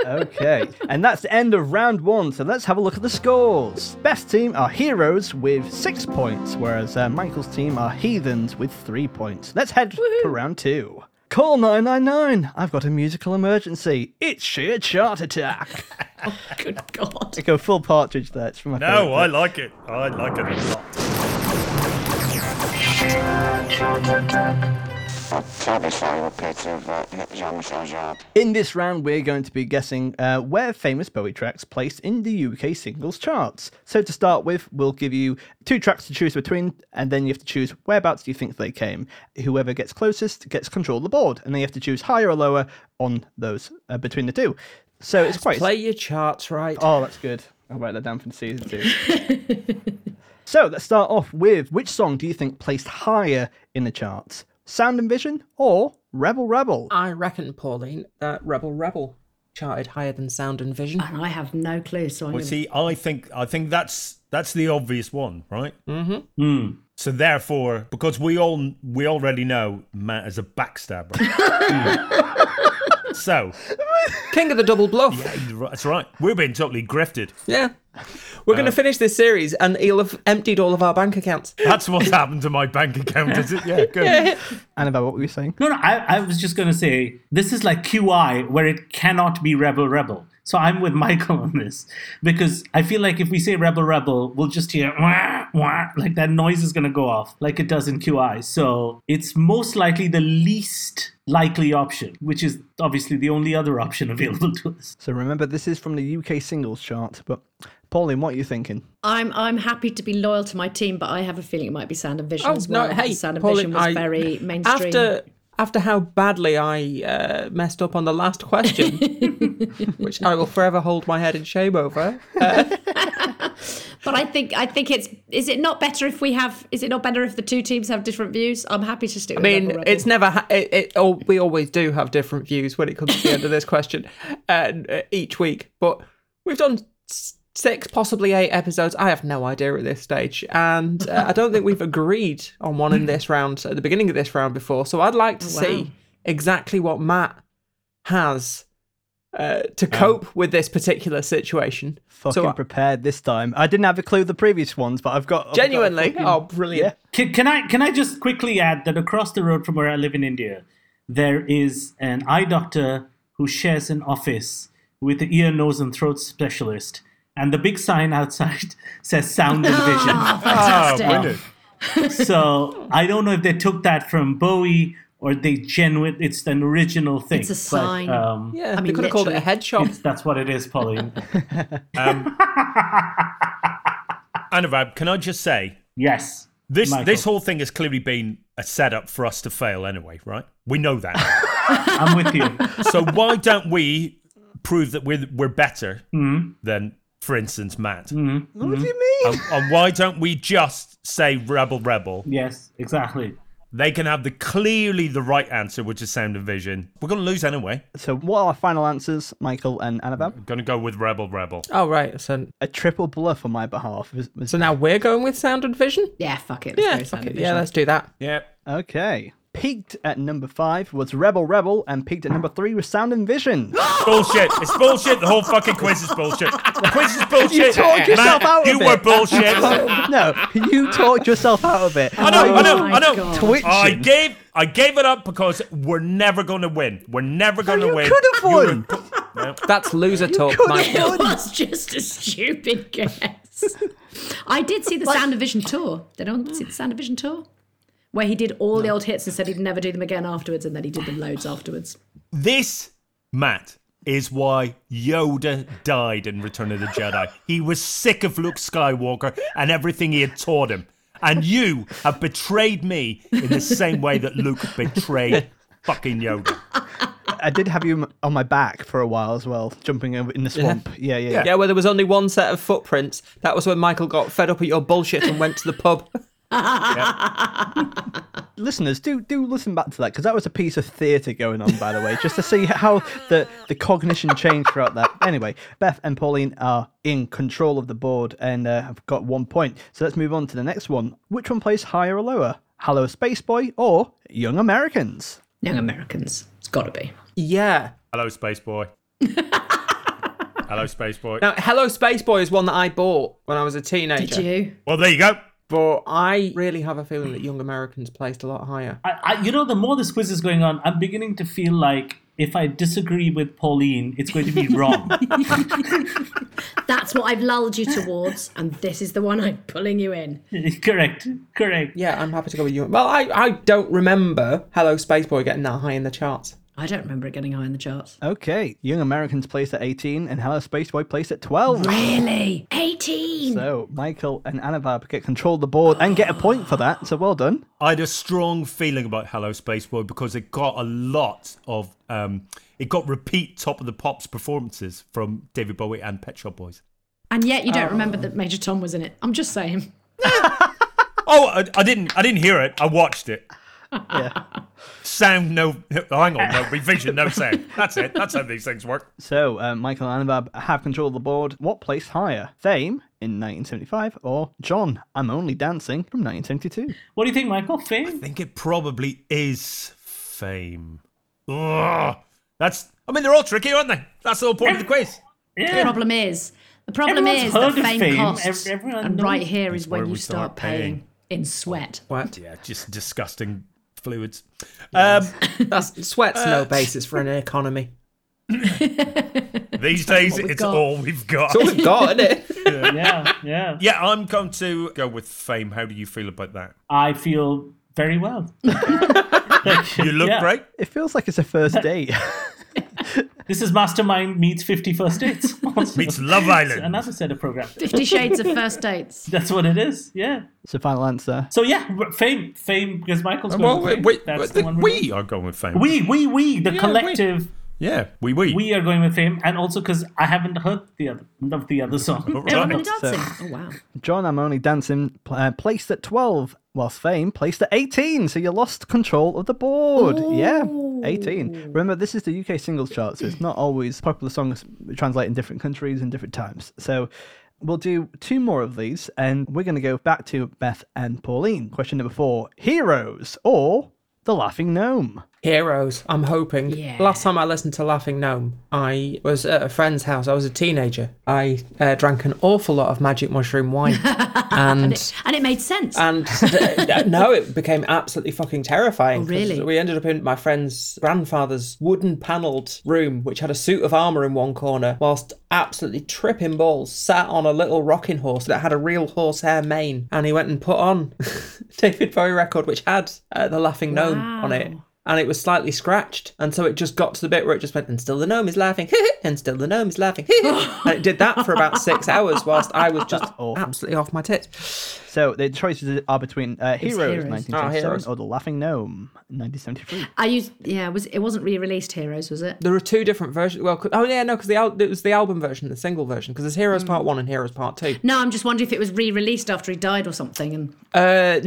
A: Okay, and that's the end of round one. So let's have a look at the scores. Best team are heroes with six points, whereas uh, Michael's team are heathens with three points. Let's head to round two. Call 999. I've got a musical emergency. It's sheer chart attack.
F: Good God.
A: Go full partridge there. It's from my
D: No, I like it. I like it a lot.
A: In this round, we're going to be guessing uh, where famous Bowie tracks placed in the UK singles charts. So to start with, we'll give you two tracks to choose between, and then you have to choose whereabouts do you think they came. Whoever gets closest gets control of the board, and then you have to choose higher or lower on those uh, between the two. So it's quite
E: Play your charts right.
A: Oh, that's good. I'll write that down for season two. [laughs] so let's start off with which song do you think placed higher in the charts? Sound and Vision or Rebel Rebel?
E: I reckon, Pauline, that Rebel Rebel charted higher than Sound and Vision.
F: And I have no clue, so I'm
D: Well,
F: going to.
D: see, I think I think that's that's the obvious one, right? Mm-hmm. So therefore, because we all we already know Matt is a
E: [laughs]
D: backstabber. so
E: King of the Double Bluff. Yeah.
D: that's right. We're being totally grifted.
E: We're going to finish this series and he'll have emptied all of our bank accounts.
D: That's what's happened to my bank account, is it? Yeah,
A: [laughs]
D: good.
A: Annabelle, what were you saying?
G: No, no, I, I was just going to say this is like QI, where it cannot be Rebel Rebel. So I'm with [laughs] Michael on this because I feel like if we say Rebel Rebel, we'll just hear wah, wah, like that noise is going to go off like it does in QI. So it's most likely the least likely option, which is obviously the only other option [laughs] available to us.
A: So remember, this is from the UK singles chart. But Pauline, what are you thinking?
F: I'm I'm happy to be loyal to my team, but I have a feeling it might be Sound and Vision
E: Oh
F: as
E: no!
F: well.
E: Hey,
F: Sound and
E: Pauline,
F: Vision was
E: I-
F: very mainstream.
E: After after how badly I uh, messed up on the last question, which I will forever hold my head in shame over.
F: But I think I think it's is it not better if we have is it not better if the two teams have different views? I'm happy to stick.
E: I mean, it's never. Ha- it, it, al- we always do have different views when it comes to the end of this question, and uh, each week. But we've done s- six, possibly eight episodes. I have no idea at this stage, and uh, I don't think we've agreed on one in this round at the beginning of this round before. So I'd like to
F: Oh, wow.
E: see exactly what Matt has uh, to cope with this particular situation.
A: Fucking
E: so I-
A: prepared this time. I didn't have a clue the previous ones, but I've got I've got a
E: genuinely,
A: fucking-
E: oh, brilliant!
G: Can, can I can I just quickly add that across the road from where I live in India, there is an eye doctor who shares an office with the ear, nose, and throat specialist, and the big sign outside [laughs] says "Sound and Vision."
D: Oh,
F: fantastic.
D: brilliant.
F: [laughs]
G: so I don't know if they took that from Bowie or they genuine. It's an original thing.
F: It's a
G: but,
F: sign.
G: um,
E: Yeah,
F: I
E: they
F: mean,
E: could have called it a headshot.
G: [laughs] it's- that's what it is, Pauline.
D: Anurag, can I just say
G: yes.
D: this
G: Michael.
D: this whole thing has clearly been a setup for us to fail anyway, right? We know that.
G: I'm
F: [laughs]
G: with you.
D: so why don't we prove that we're we're better than, for instance,
A: What
D: Matt?
A: do you mean?
D: and, and why don't we just say rebel rebel
G: Yes, exactly.
D: they can have the clearly the right answer which is sound and vision we're gonna lose anyway
A: So, what are our final answers, Michael and Annabelle?
D: I'm gonna go with rebel rebel
E: Oh right, so
A: A triple bluff on my behalf. Was- was-
E: so now we're going with sound and vision.
F: Yeah, fuck it. Let's
E: Yeah,
F: go
E: fuck
F: Sound
E: it.
F: and
E: yeah,
F: Vision.
E: let's do that.
D: yeah
A: Okay. Peaked at number five was Rebel Rebel, and peaked at number three was Sound and Vision. [laughs]
D: bullshit it's bullshit the whole fucking quiz is bullshit the quiz is bullshit
A: You talked yourself
D: Matt,
A: out of
D: you
A: it. Oh [laughs]
D: were bullshit
A: no, you talked yourself out of it.
D: I know, I
F: Oh
D: know,
F: my
D: I know.
F: God.
A: Twitching.
D: I gave, I gave it up because we're never gonna win. We're never gonna
A: you
D: win.
A: could have
D: You're
A: won.
D: a-
E: That's loser talk,
A: could've
E: Michael.
A: won.
F: It [laughs] was just a
E: [laughs]
F: stupid guess. I did see the Sound of Vision tour. Did anyone see the Sound of Vision tour? Where he did all the old hits and said he'd never do them again afterwards, and then he did them loads afterwards.
D: This, Matt, is why Yoda died in Return of the Jedi. He was sick of Luke Skywalker and everything he had taught him. And you have betrayed me in the same way that Luke betrayed fucking Yoda.
A: I did have you on my back for a while as well, jumping over in the swamp. Yeah, yeah, yeah.
E: Yeah, where there was only one set of footprints. That was when Michael got fed up at your bullshit and went to the pub.
A: listeners do do listen back to that because that was a piece of theatre going on by the way just to see how the the cognition changed throughout that anyway beth and pauline are in control of the board and uh, have got one point so let's move on to the next one which one plays higher or lower hello space boy or young americans
F: Young Americans. It's got to be.
E: Yeah.
D: Hello, Space [laughs] Boy. Hello, Space Boy.
E: Now, Hello Space Boy is one that I bought when I was a teenager.
F: Did you?
D: Well, there you go.
E: But I really have a feeling that Young Americans placed a lot higher.
G: I, I, you know, the more this quiz is going on, I'm beginning to feel like if I disagree with Pauline, it's going
D: [laughs]
G: to be wrong. [laughs]
F: That's what I've lulled you towards, and this is the one I'm pulling you in.
G: correct, correct.
E: Yeah, I'm happy to go with Young. Well, I, I don't remember Hello Space Boy getting that high in the charts.
F: I don't remember it getting high in the charts.
A: okay young americans placed at 18 and hello space boy placed at 12
F: Really? 18.
A: so michael and annabab get control of the board and get a point for that so well done
D: I had a strong feeling about Hello, Space Boy because it got a lot of. Um, it got repeat top of the pops performances from David Bowie and Pet Shop Boys.
F: and yet you don't remember that Major Tom was in it. I'm just saying.
D: Oh, I, I didn't. I didn't hear it. I watched it.
A: yeah
D: Sound no. [laughs] Hang on. No revision. No sound. That's it. That's how these things work.
A: So, uh, Michael and Annabab have control of the board. What place higher? Fame in 1975 or John, I'm Only Dancing from 1972?
G: What do you think,
D: [laughs]
G: Michael? Fame?
D: I think it probably is fame. Ugh, that's. I mean, they're all tricky, aren't they? That's the whole point of the quiz.
F: The problem is, the problem
G: Everyone's
F: is that
G: heard of
F: fame,
G: fame.
F: costs.
G: Ev- everyone
F: and
G: knows
F: right here is
D: That's where
F: when you
D: we start
F: start paying.
D: paying.
F: in sweat.
E: What?
D: Yeah, just disgusting fluids.
E: That's sweat's no basis for an economy.
D: Um, these days,
F: we've
D: it's
F: got.
D: all we've got.
E: That's all we've got, isn't it?
G: yeah, yeah.
D: Yeah, I'm going to go with fame. How do you feel about that?
G: I feel very well.
D: [laughs] You look
G: Yeah.
D: great.
A: It feels like it's a first date. [laughs]
G: This is Mastermind meets 50 First Dates.
D: [laughs]
G: Also, [laughs]
D: Meets Love Island.
G: Another set of programs.
F: Fifty Shades of First Dates.
G: That's what it is. Yeah.
A: so, final answer.
G: So yeah, r- fame, fame, because Michael's going
D: Uh, Well,
G: with
D: we,
G: fame.
D: we,
G: That's
D: the-
G: the one we're
D: we are going with fame.
G: going. we, we, we, the
D: we.
G: collective.
D: yeah, we we.
G: We are going with fame, and also because I haven't heard the other of the
D: [laughs]
G: other song.
F: Everyone
D: Right.
F: in dancing. Oh wow.
A: John, I'm Only Dancing pl- uh, placed at 12, whilst Fame placed at 18. So, you lost control of the board. Yeah. 18. Remember, this is the UK singles chart, so it's not always popular songs translate in different countries and different times. So, We'll do two more of these, and we're going to go back to Beth and Pauline. Question number four Heroes or The Laughing Gnome?
E: Heroes, I'm hoping.
F: Yeah.
E: Last time I listened to Laughing Gnome, I was at a friend's house. I was a teenager. I uh, drank an awful lot of magic mushroom wine. and
F: And it made sense.
E: and uh, [laughs] no, it became absolutely fucking terrifying.
F: Oh, really?
E: 'cause We ended up in my friend's grandfather's wooden panelled room, which had a suit of armour in one corner, whilst absolutely tripping balls, sat on a little rocking horse that had a real horsehair mane. And he went and put on [laughs] David Bowie record, which had uh, the Laughing Gnome on it.
F: Wow.
E: And it was slightly scratched. And so it just got to the bit where it just went, and still the gnome is laughing, [laughs] and still the gnome is laughing. [laughs] and it did that for about six hours whilst I was just absolutely off my tits.
A: So the choices are between uh, Heroes,
F: Heroes.
A: 1977
E: Ah, Heroes.
A: or The Laughing Gnome 1973.
F: I used yeah, it was it wasn't re-released Heroes, was it?
E: There are two different versions. Well, 'cause- oh yeah, no, because the al- it was the album version, the single version, because there's Heroes Part One and Heroes Part Two.
F: No, I'm just wondering if it was re-released after he died or something and
E: Uh,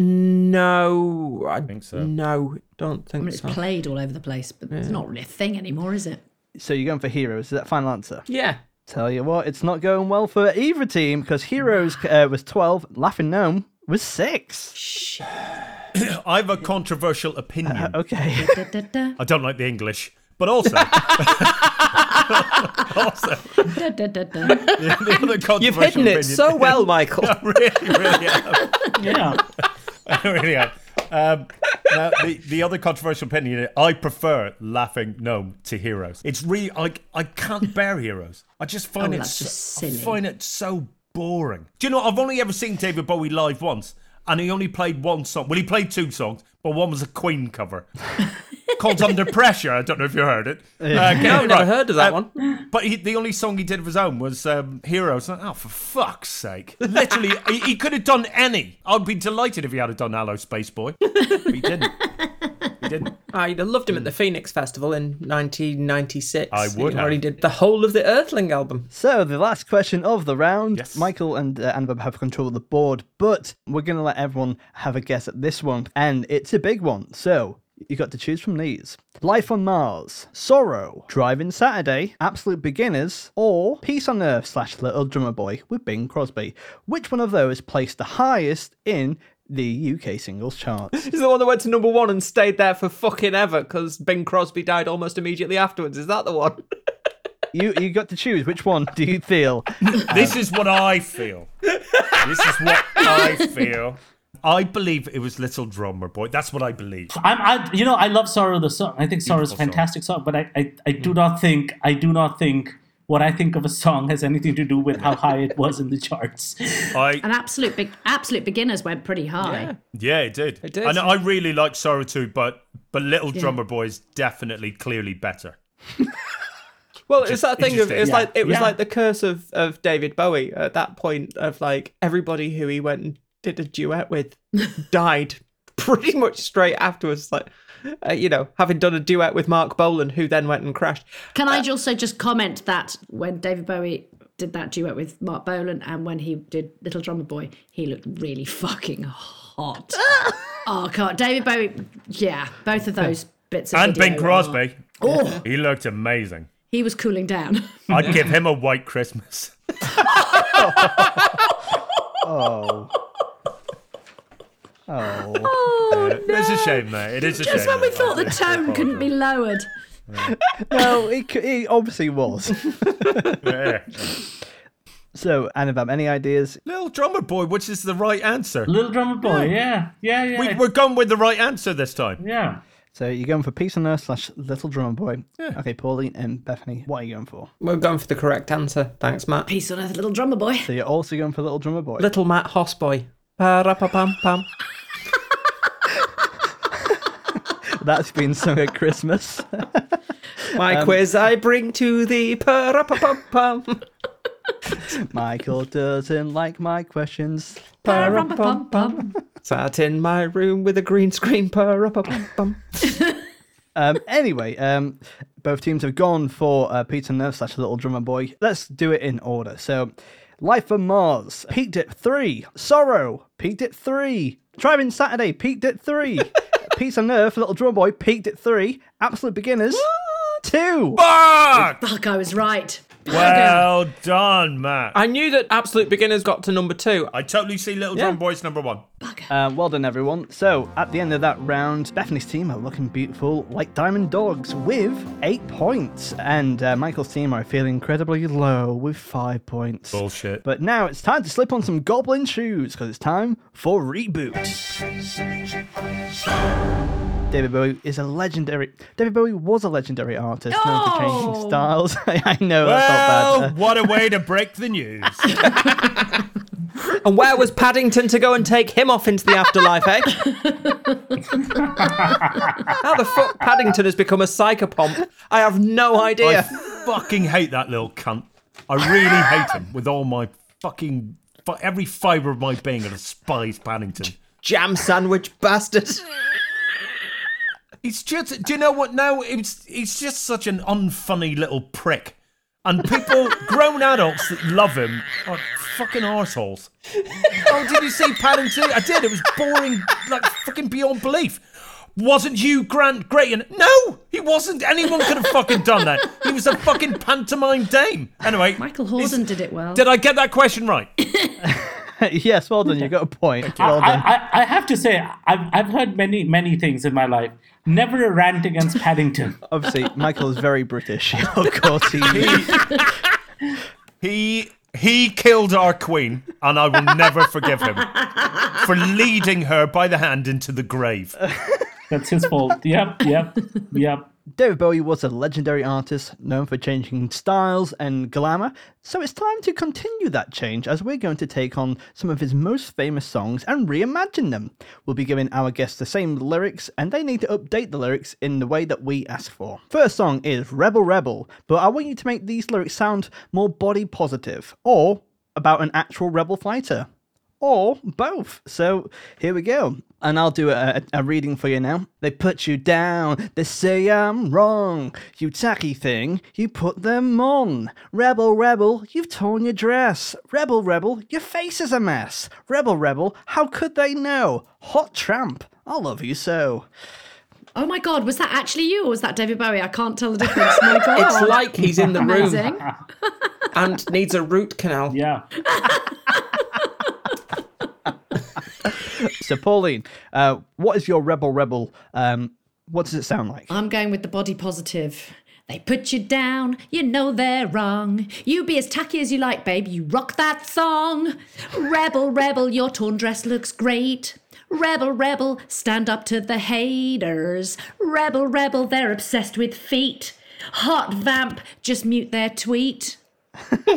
E: no, I think
D: so.
E: No, don't think
F: it's
E: so.
F: played all over the place, but it's not really a thing anymore, is it?
A: So you're going for Heroes. Is that final answer?
E: yeah,
A: Tell you what, it's not going well for either team because Heroes uh, was 12, Laughing Gnome was 6.
D: I have a controversial opinion.
A: Uh, Okay.
F: Da, da, da,
D: I don't like the English, but also, [laughs] also
F: da, da, da, da.
D: the other
A: [laughs]
D: controversial
E: you've hidden
D: opinion. [laughs]
E: it so well, Michael.
D: really, really have.
G: yeah,
D: [laughs] really have. Um, now, the, the other controversial opinion, I prefer laughing gnome to heroes. It's really, I, I can't bear heroes. I just find
F: Oh,
D: it
F: that's
D: so,
F: just
D: I
F: silly.
D: find it so boring. Do you know, I've only ever seen David Bowie live once, and he only played one song. Well, he played two songs, but one was a Queen cover. Called Under Pressure. I don't know if you heard it. Uh,
E: No, I've never heard of that one.
D: But he, the only song he did of his own was um, Heroes. Oh, for fuck's sake. Literally, he,
F: [laughs]
D: he could have done any. I'd be delighted if he had have done Hello Space Boy. But he didn't. He He didn't.
E: I would have loved him at the Phoenix Festival in 1996.
D: Hmm. I would
E: He
D: have.
E: already did the whole of the Earthling album.
A: So the last question of the round.
D: Yes.
A: Michael and uh, Annabelle have control of the board, but we're going to let everyone have a guess at this one, and it's a big one. So you got to choose from these: Life on Mars, Sorrow, Driving Saturday, Absolute Beginners, or Peace on Earth slash Little Drummer Boy with Bing Crosby. Which one of those placed the highest in the UK singles
E: [laughs]
A: charts?
E: He's the one that went to number one and stayed there for fucking ever because Bing Crosby died almost immediately afterwards. Is that the one?
A: you you got to choose. Which one do you feel?
D: This is what I feel. This is what I feel. I believe it was Little Drummer Boy. That's what I believe.
G: I'm, I, you know, I love Sorrow the song. I think Sorrow's
D: Beautiful song.
G: a
D: Mm.
G: fantastic song, but I, I, I do not think, I do not think what I think of a song has anything to do with how high it was in the charts. [laughs]
D: I
F: And absolute big, absolute beginners went pretty high.
D: yeah, it did. It
E: did.
D: And I really like Sorrow too, but but Little Drummer Boy is definitely clearly better.
E: Well, it's that thing of it's
G: interesting.
E: like it was
G: Yeah.
E: like the curse of of David Bowie at that point of like everybody who he went and did a duet [laughs] with died pretty much straight afterwards. Like uh, you know, having done a duet with Mark Bolan, who then went and crashed.
F: Can I also just comment that when David Bowie did that duet with Mark Bolan and when he did Little Drummer Boy, he looked really
D: [laughs]
F: fucking hot. oh god, David Bowie, yeah, both of those bits of
D: And
F: video
D: Bing
F: are-
D: Crosby.
F: Oh,
D: He looked amazing.
F: he was cooling
D: [laughs]
F: down.
D: I'd give him a white Christmas.
A: Oh. Oh.
F: oh no.
D: It's a shame, mate. It is a
F: Just
D: shame.
F: when we thought the tone couldn't be lowered.
A: No, Oh, it, c- it obviously was. [laughs]
D: Yeah.
A: So, Annabam, any ideas?
D: Little Drummer Boy, which is the right answer.
G: Little Drummer Boy, yeah, yeah, yeah.
D: We, we're going with the right answer this time.
G: yeah.
A: So, you're going for Peace on Earth slash Little Drummer Boy. Okay, Pauline and Bethany, what are you going for?
E: We're going for the correct answer. Thanks, Matt.
F: Peace on earth, little drummer boy.
A: So, you're also going for Little Drummer
E: [laughs]
A: Boy.
E: Little Matt Hossboy. Pa-ra-pa-pam-pam.
A: That's been sung at Christmas. [laughs]
E: My quiz I bring to thee. [laughs] Pa-ra-pa-pam-pam.
A: Michael doesn't like my questions.
F: Pa-rum-pa-pum-pum.
E: Sat in my room with a green screen. Pa-ra-pa-pam-pam.
A: Um, anyway, um, both teams have gone for uh, Peter Nerf slash Little Drummer Boy. Let's do it in order. So, Life on Mars peaked at three. Sorrow peaked at three. Driving Saturday peaked at three. Peace on Earth, Little Drummer Boy peaked at three. Absolute Beginners, two.
D: Fuck!
F: Fuck, I was right.
D: Well done, Matt.
E: I knew that Absolute Beginners got to number two.
D: I totally see Little Drummer Boy's number one.
A: Uh, well done, everyone. So, at the end of that round, Bethany's team are looking beautiful like diamond dogs with eight points. And uh, Michael's team are feeling incredibly low with five points.
D: Bullshit.
A: But now it's time to slip on some goblin shoes because it's time for reboot. David Bowie is a legendary. David Bowie was a legendary artist known for changing
F: Oh.
A: styles. [laughs] I know that's not
D: Well,
A: bad.
D: what a way to break the news.
E: And where was Paddington to go and take him off into the afterlife, [laughs] eh? How the fuck Paddington has become a psychopomp? I have no
D: I
E: idea.
D: [laughs] fucking hate that little cunt. I really hate him with all my fucking fi- every fibre of my being. I despise Paddington.
E: Jam sandwich bastard.
D: He's just. Do you know what? Now it's he's just such an unfunny little prick, and people, grown adults that love him, are fucking arseholes. oh, did you see Paddington? I did. It was boring, like fucking beyond belief. Wasn't you Grant Grayton? No, he wasn't. Anyone could have fucking done that. He was a fucking pantomime dame. Anyway,
F: Michael
D: he's-
F: Horden did it well.
D: Did I get that question right?
A: [laughs] yes, well done. You got a point. Well done.
G: I, I, I have to say, I've, I've heard many, many things in my life. Never a rant against Paddington.
A: Obviously, Michael is very British. [laughs] of course, he [laughs]
D: He he killed our queen, and I will never forgive him for leading her by the hand into the grave.
G: That's his
D: [laughs]
G: fault. Yep, yep, yep.
A: David Bowie was a legendary artist known for changing styles and glamour, so it's time to continue that change as we're going to take on some of his most famous songs and reimagine them. We'll be giving our guests the same lyrics and they need to update the lyrics in the way that we ask for. First song is Rebel Rebel, but I want you to make these lyrics sound more body positive or about an actual rebel fighter. or both. So here we go. And I'll do a, a reading for you now. They put you down, they say I'm wrong. You tacky thing, you put them on. Rebel, rebel, you've torn your dress. Rebel, rebel, your face is a mess. Rebel, rebel, how could they know? Hot tramp, I love you so.
F: Oh my God, was that actually you or was that David Bowie? I can't tell the difference. My
E: [laughs]
F: God.
E: It's like he's in the room
F: amazing.
E: and needs a root canal.
G: Yeah.
A: So, Pauline, uh, what is your rebel, rebel? Um, what does it sound like?
F: I'm going with the body positive. They put you down, you know they're wrong. You be as tacky as you like, babe, you rock that song. Rebel, rebel, your torn dress looks great. Rebel, rebel, stand up to the haters. Rebel, rebel, they're obsessed with feet. Hot vamp, just mute their tweet.
A: Hey,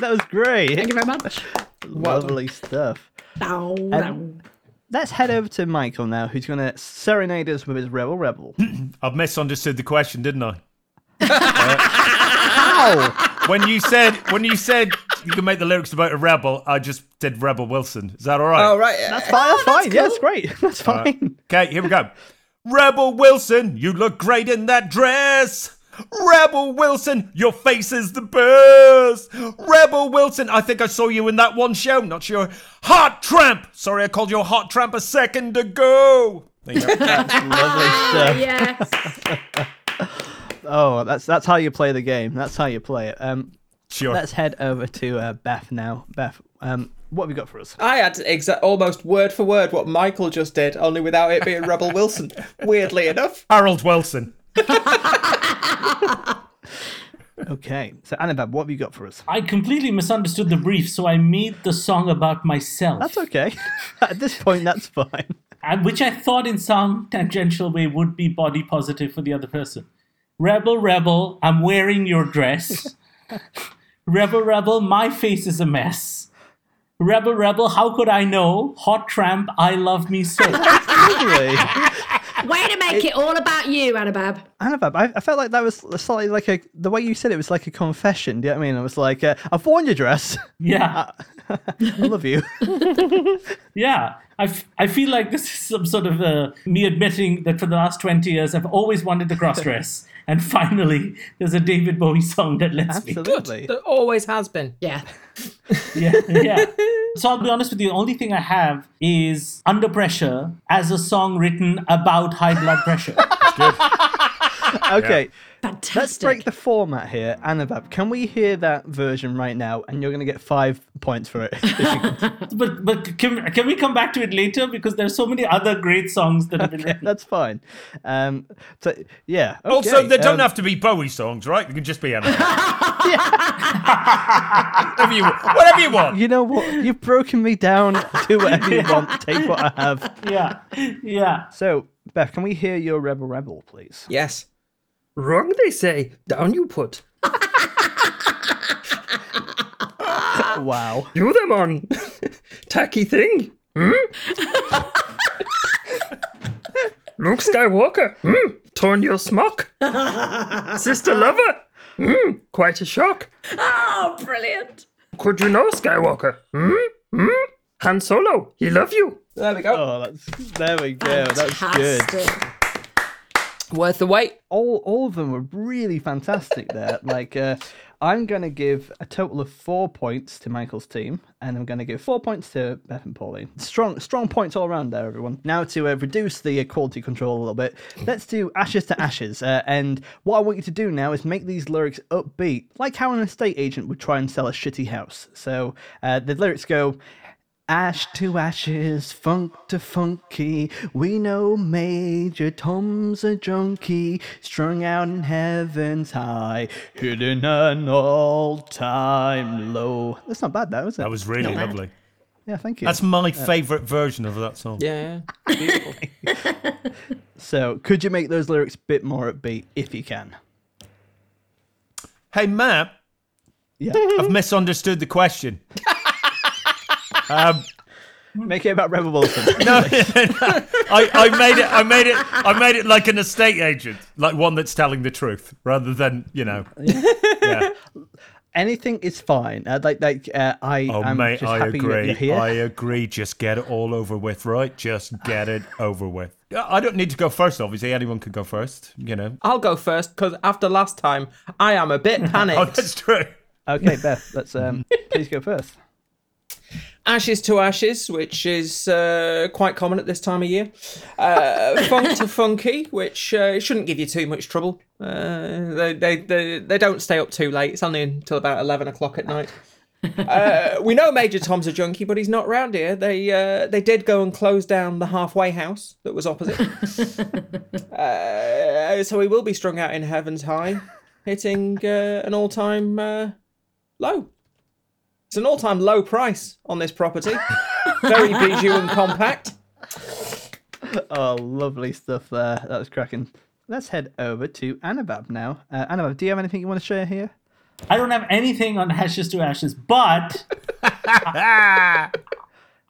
A: that was great.
F: Thank you very much.
A: Lovely stuff.
F: Bow, wow.
A: Let's head over to Michael now, who's going to serenade us with his rebel, rebel.
D: I've misunderstood the question, didn't I? Uh,
A: Ow!
D: When you said when you said you can make the lyrics about a rebel, I just did Rebel Wilson. Is that all right?
E: Oh, right. That's
A: Fine, that's fine. Yeah, that's great. [laughs] That's fine.
D: Okay, here we go. Rebel Wilson, you look great in that dress. Rebel Wilson, your face is the best. Rebel Wilson, I think I saw you in that one show. Not sure. Hot Tramp. Sorry, I called you a Hot Tramp a second ago. There you go.
F: Ah, yes.
A: [laughs] Oh, that's that's how you play the game. That's how you play it. Um,
D: Sure.
A: let's head over to uh, Beth now. Beth, um, what have you got for us?
E: I had exa- almost word for word what Michael just did, only without it being Rebel Wilson. Weirdly enough.
D: Harold Wilson.
A: Okay, so Annabab, what have you got for us?
G: I completely misunderstood the brief, so I made the song about myself,
A: That's okay. [laughs] At this point, that's fine.
G: and- which I thought in some tangential way would be body positive for the other person. Rebel, rebel, I'm wearing your dress. rebel, rebel, my face is a mess. Rebel, rebel, how could I know? Hot tramp, I love me so.
A: Lovely.
F: Way to make it all about you, Annabab.
A: Annabab, I, I felt like that was slightly like a the way you said it was like a confession. Do you know what I mean? I was like, uh, I've worn your dress. [laughs]
G: yeah.
A: I love you.
G: Yeah, I, f- I feel like this is some sort of uh, me admitting that for the last 20 years I've always wanted to cross dress. and finally, there's a David Bowie song that lets me.
A: Absolutely.
E: [laughs] There always has been.
F: Yeah.
G: Yeah, yeah. So I'll be honest with you, the only thing I have is Under Pressure as a song written about high blood pressure.
A: Okay.
F: Fantastic.
A: Let's break the format here. Annabab, can we hear that version right now? And you're going to get five points for it. [laughs]
G: but but can, can we come back to it later? Because there's so many other great songs that have been written.
A: That's fine. Um, so, yeah.
D: Also,
A: okay,
D: they don't
A: um,
D: have to be Bowie songs, right? They can just
A: [laughs]
D: be anything. whatever you want. Whatever you want.
A: You know what? You've broken me down. Do whatever you
D: [laughs]
A: want. Take what I have.
G: Yeah, yeah.
A: So, Beth, can we hear your Rebel Rebel, please?
E: Yes. Wrong, they say. Down you put.
F: Uh,
A: Wow.
E: Do them [laughs] on. Tacky thing. Hmm? Luke Skywalker. Hmm? Torn your smock. Sister lover. Hmm? Quite a shock.
F: Oh, brilliant.
E: Could you know Skywalker? Hmm? Hmm? Han Solo. He love you. There we go.
A: Oh, that's there we go. That's good.
F: Fantastic.
E: Worth the wait.
A: All all of them were really fantastic there. like, uh, I'm going to give a total of four points to Michael's team, and I'm going to give four points to Beth and Pauline. Strong strong points all around there, everyone. Now to uh, reduce the uh, quality control a little bit, let's do ashes to ashes. Uh, and what I want you to do now is make these lyrics upbeat, like how an estate agent would try and sell a shitty house. So uh, the lyrics go. Ash to ashes, funk to funky. We know Major Tom's a junkie, strung out in heaven's high, hidden an all time low. That's not bad, though, is it?
D: That was really lovely.
A: yeah, thank you.
D: That's my favourite version of that song.
E: Yeah.
A: So, could you make those lyrics a bit more upbeat if you can?
D: Hey, Matt,
A: Yeah.
D: [laughs] I've misunderstood the question. um,
A: make it about Rebel Wilson.
D: [laughs] no, I, I made it. I made it. I made it like
A: [laughs]
D: an estate agent, like one that's telling the truth rather than you know. Yeah.
A: anything is fine. Uh, like like uh, I
D: Oh,
A: I'm
D: mate,
A: just
D: I
A: happy you're-
D: agree.
A: you're here.
D: I agree. Just get it all over with, right? Just get it over with. Yeah, I don't need to go first, obviously. Anyone could go first, you know.
E: I'll go first because after last time, I am a [laughs] bit
D: Oh,
E: panicked.
D: that's true.
A: Okay, Beth, let's
D: [laughs]
A: um please go first.
E: Ashes to Ashes, which is uh, quite common at this time of year. Uh, funk to Funky, which uh, shouldn't give you too much trouble. Uh, they, they, they, they don't stay up too late. It's only until about 11 o'clock at night. Uh, we know Major Tom's a junkie, but he's not round here. They uh, they did go and close down the halfway house that was opposite. uh, so he will be strung out in Heaven's High, hitting uh, an all time uh, low. It's an all-time low price on this property. Very bijou and compact.
A: Oh, lovely stuff there. That was cracking. Let's head over to Anabab now. Uh, Anabab, do you have anything you want to share here?
G: I don't have anything on Ashes to Ashes, but I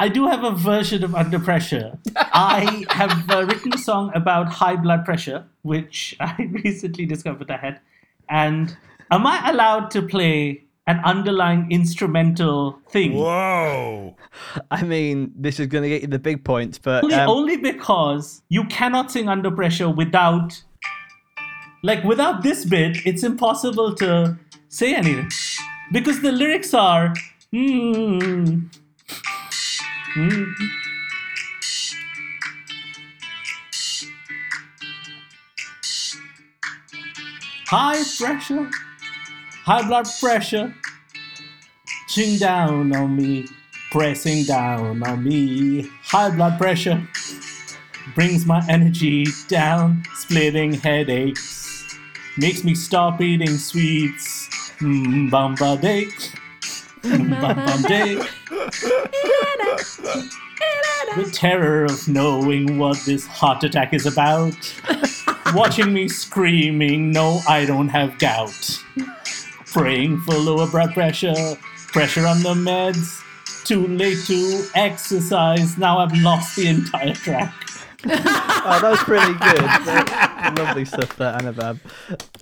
G: do have a version of Under Pressure. I have uh, written a song about high blood pressure, which [laughs] I recently discovered I had. And am I allowed to play an underlying instrumental thing?
D: Whoa.
A: I mean, this is going to get you the big points, but
G: Only,
A: um,
G: only because you cannot sing under pressure without, like, without this bit, it's impossible to say anything. Because the lyrics are, mm, mm. high pressure, high blood pressure, ching down on me, pressing down on me. High blood pressure brings my energy down, splitting headaches, makes me stop eating sweets. Mm, bum ba day, mm, bum bum day. The terror of knowing what this heart attack is about. Watching me screaming, no, I don't have gout praying for lower blood pressure, pressure on the meds, too late to exercise. Now I've lost the entire track.
A: oh, that was [laughs] pretty good. lovely stuff there, Anabab.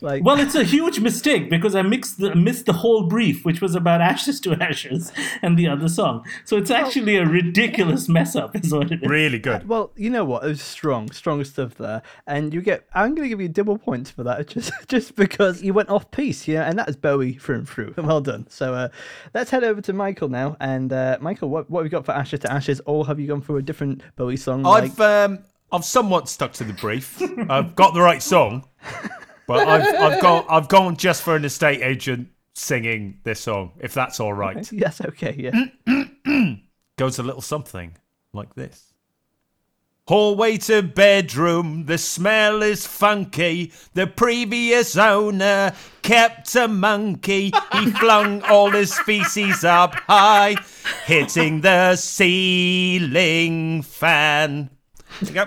A: Like,
G: Well, it's a huge mistake because I mixed the, missed the whole brief, which was about [laughs] ashes to ashes, and the other song. So it's actually a ridiculous mess up, is what it is.
D: Really good.
A: Well, you know what? It was strong, strong stuff there, and you get. I'm going to give you double points for that, [laughs] just just because you went off piece, yeah. And that is Bowie through and through. [laughs] Well done. So uh, let's head over to Michael now. And uh, Michael, what what have we got for Ashes to Ashes? Or have you gone for a different Bowie song?
D: I've um, I've somewhat stuck to the brief. I've got the right song, but I've I've gone I've gone just for an estate agent singing this song. If that's all right,
A: [laughs] yes, okay, yeah.
D: goes a little something like this. Hallway to bedroom, the smell is funky. The previous owner kept a monkey. He [laughs] flung all his feces up high, hitting the ceiling fan. There you go.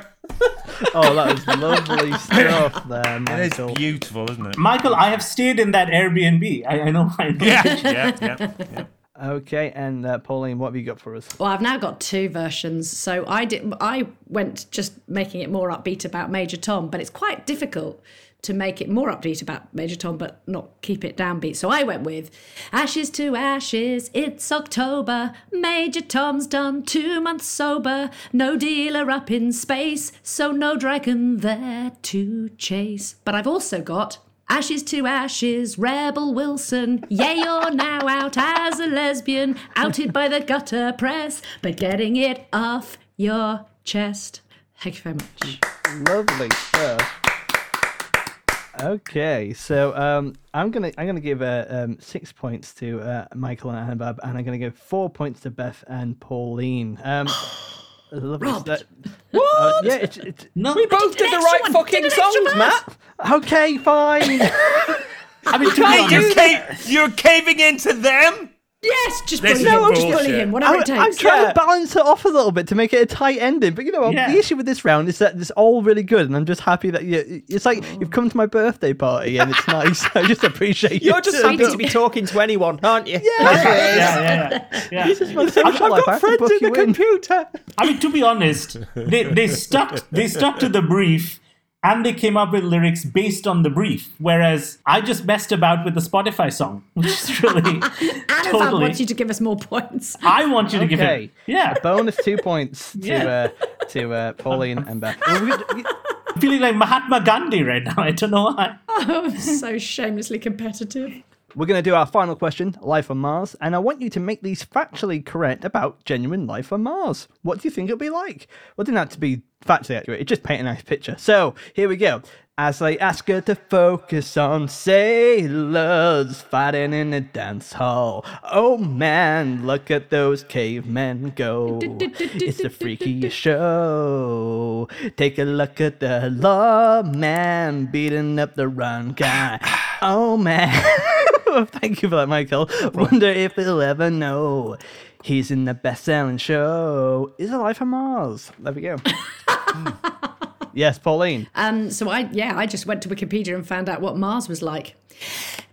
A: Oh, that was [laughs] lovely stuff there,
D: It's
A: Michael.
D: beautiful, isn't it?
G: Michael, I have stayed in that Airbnb. I, I know. I know.
D: Yeah, yeah,
F: [laughs]
D: yeah. yeah.
A: Okay, and uh, Pauline, what have you got for us?
F: Well, I've now got two versions. So I did. I went just making it more upbeat about Major Tom, but it's quite difficult to make it more upbeat about Major Tom, but not keep it downbeat. So I went with Ashes to Ashes. It's October. Major Tom's done two months sober. No dealer up in space, so no dragon there to chase. But I've also got. Ashes to ashes, Rebel Wilson. Yay, you're now out as a lesbian, outed by the gutter press, but getting it off your chest. Thank you very much.
A: Lovely stuff. Okay, so um, I'm gonna I'm gonna give uh, um, six points to uh, Michael and Annabab, and I'm gonna give four points to Beth and Pauline. Um, lovely
F: Robbed.
A: stuff. Uh,
E: What?
A: Yeah, it's, it's,
G: [laughs] No,
E: We both
F: an
E: did, the
F: extra
E: right
F: one,
E: fucking
F: did an extra
E: songs,
F: verse.
E: Matt.
A: okay, fine.
G: I mean,
A: [laughs]
G: to be
D: You're,
G: honest,
D: ca- you're caving into them?
F: Yes, just
D: This is
F: bully him. Just
D: bullshit.
F: bully him, whatever
A: I'm,
F: it
A: I'm
F: takes.
A: trying
E: Yeah.
A: to balance it off a little bit to make it a tight ending, but you know what?
G: Yeah.
A: The issue with this round is that it's all really good, and I'm just happy that you. It's like you've come to my birthday party, and it's nice. [laughs] I just appreciate
E: You're
A: it.
E: just happy to be talking to anyone, aren't you?
A: Yeah.
G: yeah, yeah, yeah. yeah. [laughs]
A: This is my social
E: I've
A: life. I
E: got
A: have to
E: friends
A: book
E: in the
A: you in.
E: computer.
G: I mean, to be honest, they, they stuck they stuck to the brief, and they came up with lyrics based on the brief. Whereas I just messed about with the Spotify song, [laughs] which is
F: [laughs]
G: really
F: Anna Van
G: totally.
F: wants you to give us more points. [laughs]
G: I want you to give
A: Okay.
G: it. Yeah,
A: Bonus two points to
G: Yeah.
A: uh, to uh, Pauline and Beth. [laughs] Well, we got- we-
G: I'm feeling like Mahatma Gandhi right now. [laughs] I don't know why.
F: I'm so shamelessly competitive.
A: We're going to do our final question, life on Mars, and I want you to make these factually correct about genuine life on Mars. What do you think it'll be like? Well, it didn't have to be factually accurate, it just paint a nice picture. So here we go. As they ask her to focus on sailors fighting in a dance hall. Oh man, look at those cavemen go. [laughs] It's the freakiest show. Take a look at the law man beating up the wrong guy. Oh man. [laughs] Thank you for that, Michael. Wonder if he'll ever know. He's in the best selling show. Is Alive on Mars? There we go. yes, Pauline.
F: Um, so I, yeah, I just went to Wikipedia and found out what Mars was like.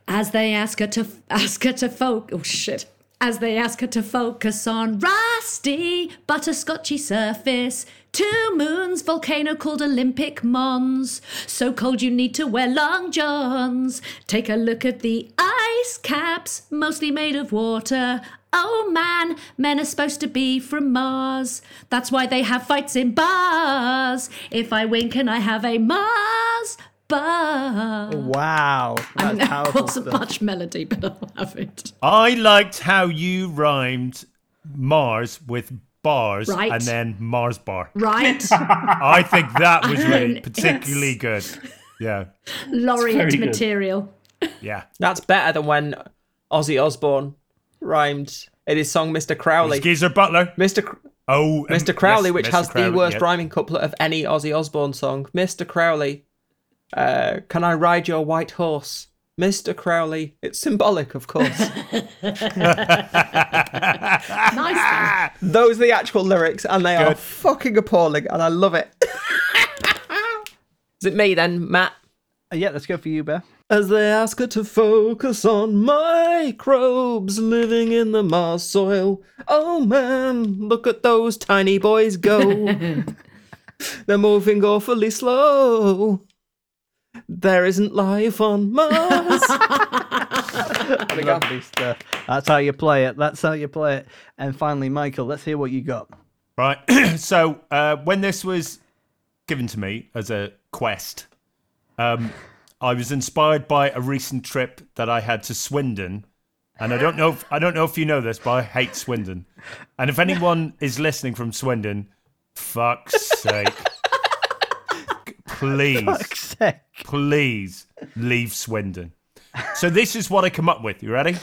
F: As they ask her to ask her to focus, oh shit. As they ask her to focus on rusty, butterscotchy surface, two moons, volcano called Olympic Mons, so cold you need to wear long johns. Take a look at the ice caps, mostly made of water. Oh man, men are supposed to be from Mars. That's why they have fights in bars. If I win, can I have a Mars bar?
A: Wow.
F: I
A: That's
F: know it
A: powerful
F: wasn't
A: stuff.
F: much melody, but I'll
D: [laughs]
F: have it.
D: I liked how you rhymed Mars with bars
F: Right.
D: and then Mars bar.
F: Right?
D: I think that was really
F: [laughs] Yes.
D: particularly good. Yeah,
G: It's
F: Laureate
G: very good.
F: material.
D: yeah.
E: That's better than when Ozzy Osbourne rhymed in his song Mr. Crowley.
D: Geezer Butler.
E: Mr. Cr-
D: Oh, um,
E: Mr. Crowley,
D: yes,
E: which
D: Mr.
E: has
D: Crowley,
E: the worst
D: yeah.
E: rhyming couplet of any Ozzy Osbourne song. Mr. Crowley, uh, can I ride your white horse? Mr. Crowley, it's symbolic, of course.
D: [laughs]
F: Nice.
E: Those are the actual lyrics, and they are
D: Good.
E: fucking appalling, and I love it. Is it me then, Matt?
A: Yeah, let's go for you, Beth.
E: As they ask her to focus on microbes living in the Mars soil. Oh man, look at those tiny boys go. [laughs] They're moving awfully slow. There isn't life on [laughs] Mars.
A: Lovely stuff. That's how you play it. That's how you play it. And finally, Michael, let's hear what you got. [laughs]
D: Right. [clears throat] so uh, when this was given to me as a quest, um, I was inspired by a recent trip that I had to Swindon, and I don't know. If, I don't know if you know this, but I hate Swindon. And if anyone is listening from Swindon, fuck's sake, please,
A: Fuck's sake.
D: please leave Swindon. So this is what I come up with. You ready?